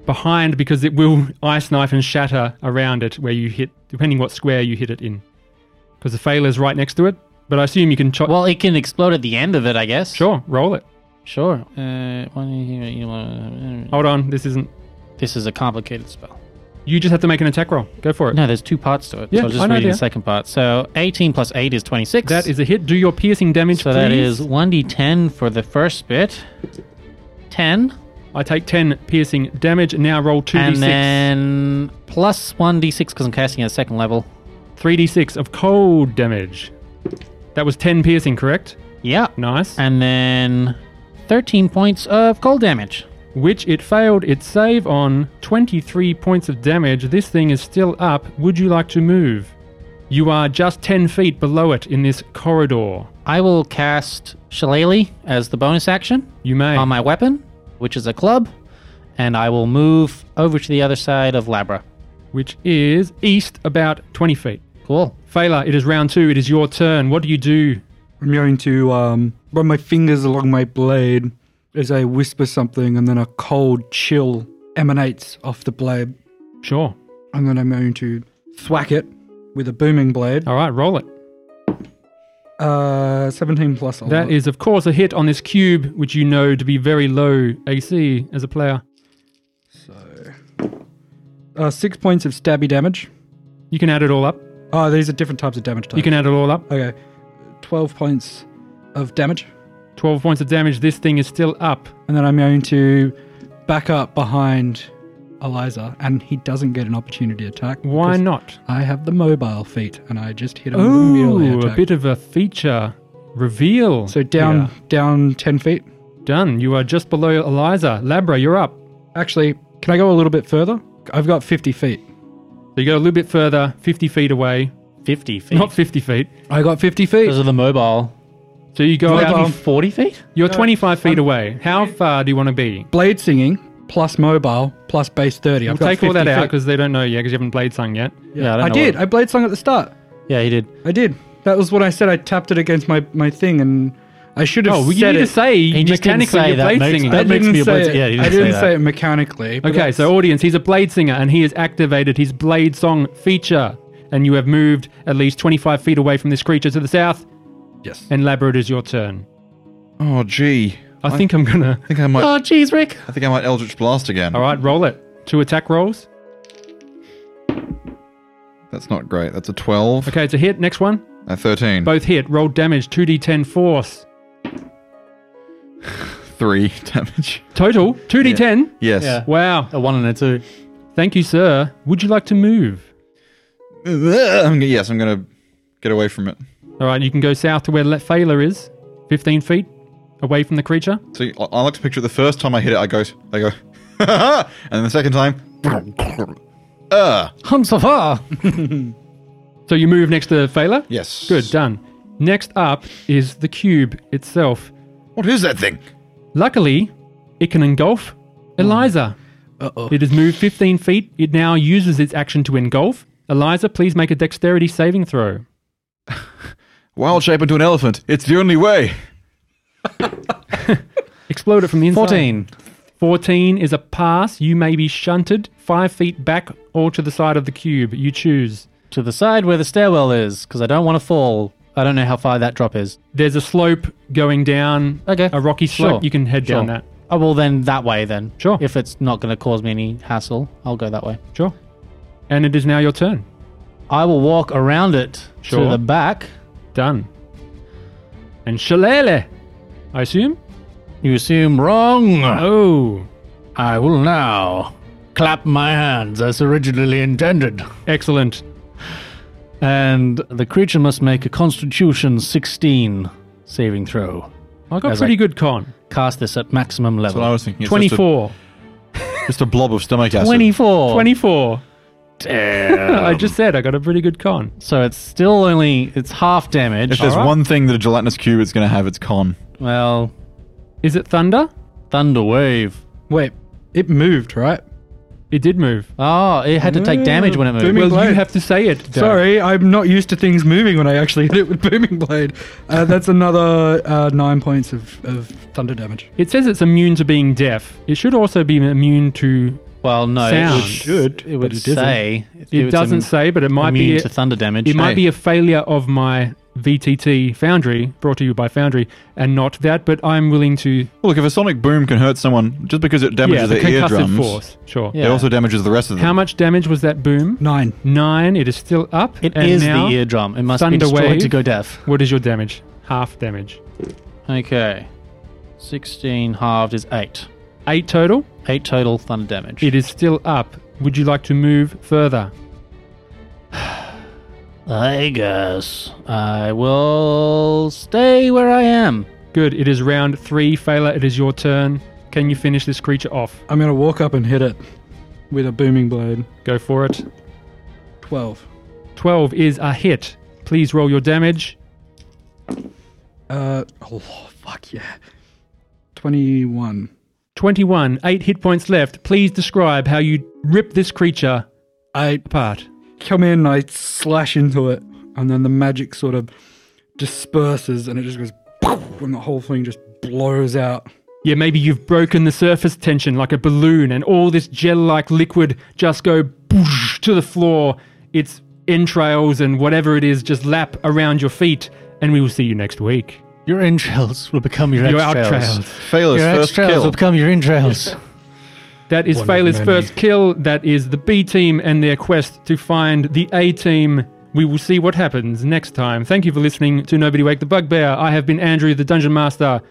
behind because it will ice knife and shatter around it where you hit, depending what square you hit it in. Because the failur's right next to it. But I assume you can chop.
Well, it can explode at the end of it, I guess.
sure, roll it.
Sure. Uh, why don't you- you wanna- uh,
Hold on, this isn't.
this is a complicated spell.
You just have to make an attack roll. Go for it.
No, there's two parts to it.
Yeah,
so I was just
I know,
reading
yeah.
the second part. So 18 plus 8 is 26.
That is a hit. Do your piercing damage,
So
please.
that is 1d10 for the first bit. 10.
I take 10 piercing damage. Now roll 2d6.
and then plus 1d6 because I'm casting at second level.
3d6 of cold damage. That was 10 piercing, correct?
Yeah.
Nice.
And then 13 points of cold damage.
Which it failed its save on 23 points of damage. This thing is still up. Would you like to move? You are just 10 feet below it in this corridor.
I will cast Shillelagh as the bonus action
You may.
on my weapon, which is a club, and I will move over to the other side of Labra.
which is east about 20 feet.
Cool.
Fela, it is round two. It is your turn. What do you do?
I'm going to um, run my fingers along my blade as I whisper something, and then a cold chill emanates off the blade.
Sure.
And then I'm going to thwack it with a booming blade.
All right, roll it.
Uh, 17 plus.
Oh. That is, of course, a hit on this cube, which you know to be very low AC as a player.
uh, six points of stabby damage.
You can add it all up.
Oh, these are different types of damage. Types.
You can add it all up.
Okay, 12 points of damage.
12 points of damage. This thing is still up.
And then I'm going to back up behind Eliza, and he doesn't get an opportunity attack.
Why
because
not?
I have the mobile feat, and I just hit him with a melee
Ooh, a
attack.
bit of a feature reveal.
so down,
here.
down 10 feet.
Done. You are just below Eliza. Labra, you're up.
Actually, can I go a little bit further? I've got 50 feet.
So you go a little bit further, 50 feet away.
50 feet.
Not 50 feet.
I got 50 feet.
because of the mobile.
So you go
Mobile.
out.
40 feet?
You're 25 feet
Um,
away. How far do you want to be?
blade singing plus mobile plus base 30.
We'll
I've got
take all that
50
out
feet.
because they don't know yet because you haven't played sung yet.
Yeah, I don't
I
know
did.
what-
I blade sung at the start.
Yeah, he did.
I did. That was what I said. I tapped it against my, my thing, and I should have
Oh, well, you
said
need
it.
to say
He just didn't
mechanically
say
you're
that
blade
makes-
singing.
I
that makes
didn't
me a blade-
say it.
yeah, he didn't
I
say
didn't
that.
say it mechanically. but
Okay,
that's-
so audience, he's a blade singer and he has activated his blade song feature. And you have moved at least 25 feet away from this creature to the south.
yes.
And Labra, it is your turn.
Oh, gee.
I, think I'm gonna.
I think I might.
Oh, jeez, Rick.
I think I might Eldritch Blast again.
All right, roll it. Two attack rolls.
That's not great. That's a 12,
Okay, it's a hit. Next one.
a 13,
Both hit. Roll damage. 2d10 force.
3 damage.
Total 2d10.
Yes.
Yeah.
Wow.
A one and a two.
Thank you, sir. Would you like to move?
I'm gonna, yes, I'm going to get away from it.
All right, you can go south to where Le- Fela is, 15 feet away from the creature.
See, I, I like to picture the first time I hit it, I go, I go, and then the second time, uh,
Hum so far.
So you move next to Fela?
yes.
Good, done. Next up is the cube itself.
What is that thing?
Luckily, it can engulf Eliza.
Mm.
Uh-oh.
It has moved 15 feet. It now uses its action to engulf. Eliza, please make a dexterity saving throw.
Wild shape into an elephant. It's the only way.
Explode it from the inside.
14.
14 is a pass. You may be shunted 5 feet back or to the side of the cube. You choose.
To the side where the stairwell is because I don't want to fall. I don't know how far that drop is.
There's a slope going down,
Okay.
a rocky slope.
Sure.
You can head down
Sure.
that.
Oh, well, then that way, then.
Sure.
If it's not going to cause me any hassle, I'll go that way.
Sure. And it is now your turn.
I will walk around it
Sure.
to the back.
Done. And Shillelagh, I assume?
You seem wrong.
Oh,
I will now clap my hands as originally intended.
excellent.
And the creature must make a Constitution 16 saving throw.
I got
As
pretty
I-
good con.
Cast this at maximum
That's what I
level.
was thinking. It's just a-
24.
Just a, blob of stomach acid.
24.
24. I just said I got a pretty good con.
So it's still only it's half damage.
If there's
Alright.
one thing that a gelatinous cube is going to have, it's con.
well,
Is it thunder?
thunder wave.
Wait, it moved, right?
It did move.
Oh, it had to take damage when it moved.
Booming
well,
blade.
you have to say it. Darren.
Sorry, I'm not used to things moving when I actually hit it with booming blade. Uh, that's another uh, nine points of, of thunder damage.
It says it's immune to being deaf. It should also be immune to.
Well, no,
Sound.
it would,
Should,
it would
but it isn't.
say
It
it's
doesn't
im-
say, but it might
immune
be.
to thunder damage.
It might
Hey.
be a failure of my VTT Foundry, brought to you by Foundry, and not that. But I'm willing to.
Well, look, if a sonic boom can hurt someone just because it damages
yeah, the
their
concussive
eardrums,
force. Sure.
it
Yeah.
also damages the rest of them.
How much damage was that boom?
Nine.
Nine. It is still up.
It
and
is
now,
the eardrum. It must be
Thunder
destroyed
wave.
to go deaf.
What is your damage? Half damage.
Okay, sixteen halved is eight.
Eight total.
Eight total thunder damage.
It is still up. Would you like to move further?
I guess I will stay where I am.
Good. It is round three. Failure. It is your turn. Can you finish this creature off?
I'm gonna walk up and hit it with a booming blade.
Go for it.
Twelve.
12 is a hit. Please roll your damage.
Uh, oh fuck yeah. Twenty-one.
21, 8 hit points left. Please describe how you rip this creature
I
apart.
come in, I slash into it, and then the magic sort of disperses, and it just goes, poof, and the whole thing just blows out.
Yeah, maybe you've broken the surface tension like a balloon, and all this gel like liquid just go boosh to the floor. Its entrails and whatever it is just lap around your feet, and we will see you next week.
Your entrails will become your,
Your
extrails.
outrails.
Failures,
Your
first
extrails will
kill.
become your entrails.
That is
One of
Failur's
many.
first kill. That is the B team and their quest to find the A team. We will see what happens next time. Thank you for listening to Nobody Wake the Bugbear. I have been Andrew, the Dungeon Master.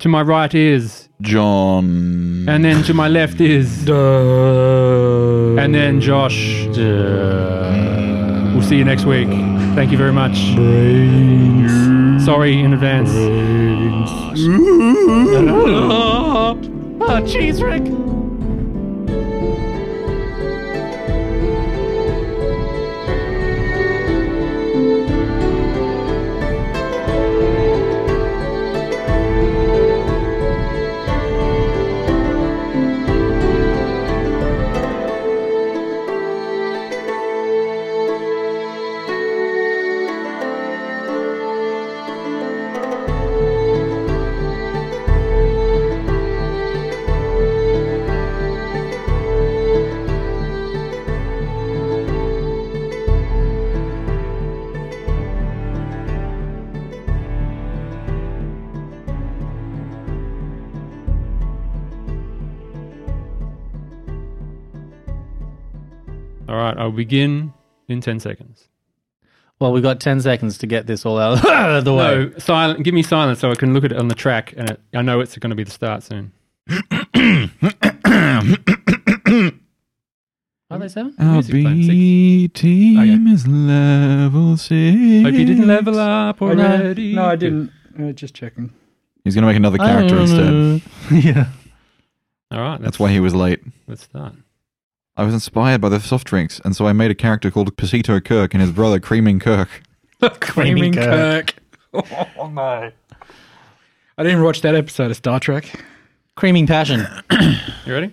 To my right is,
John.
and then to my left is,
Duh.
and then Josh. We'll see you next week. Thank you very much. Sorry in advance. Ah,
oh, jeez, Rick.
All right, I'll begin in 10 seconds.
Well, we've got 10 seconds to get this all out of the way.
No, silent. Give me silence so I can look at it on the track, and it, I know it's going to be the start soon.
Are they seven?
Our
Music playing, six.
B team is level six.
Hope you didn't level up
I didn't-
already.
Oh, No, I didn't. Uh, just checking.
He's going to make another character instead.
yeah.
All right,
That's why he was late.
Let's start.
I was inspired by the soft drinks, and so I made a character called Pasito Kirk and his brother Creaming Kirk.
Creaming Kirk. Oh no. I didn't watch that episode of Star Trek.
Creaming passion.
You ready?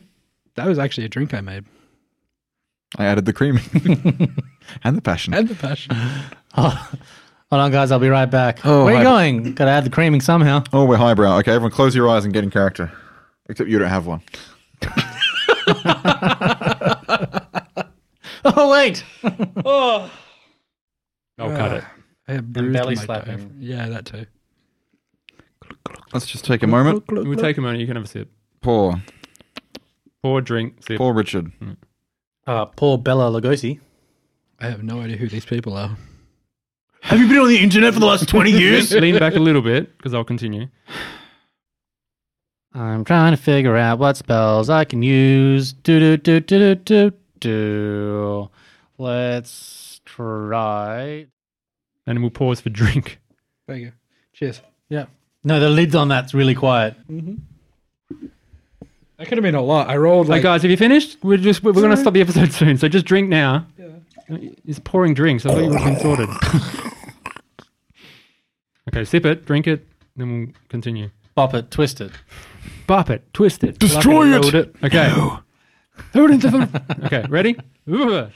That was actually a drink I made.
I added the creaming and the passion.
And the passion.
Hold on, guys. I'll be right back.
Oh,
Where are you
hi.
going? Got to add the creaming somehow.
oh, we're highbrow. Okay, everyone, close your eyes and get in character. Except you don't have one.
Oh, wait.
I'll
Uh,
cut it.
I had bruised
belly
on my
slapping.
toe. Yeah, that too.
Let's just take a moment.
We'll take a moment. You can have a sip.
Poor,
Pour drink. Sip.
poor Richard.
Uh, poor Bella Lugosi.
I have no idea who these people are.
Have you been on the internet for the last 20 years?
Lean back a little bit because I'll continue.
I'm trying to figure out what spells I can use. Do do do do do do do. Let's try.
And we'll pause for drink.
There you go. Cheers.
No, the lid's on that's really quiet.
That could have been a lot. I rolled
Hey
like
guys, have you finished? We're just we're, going to stop the episode soon, so just drink now. He's pouring drinks. I thought you would have been sorted. okay, sip it, drink it, then we'll continue.
Bop it, twist it.
Bop it, twist it,
Destroy
lock it. rolled it. Okay. Throw it into the. okay, ready? Ooh.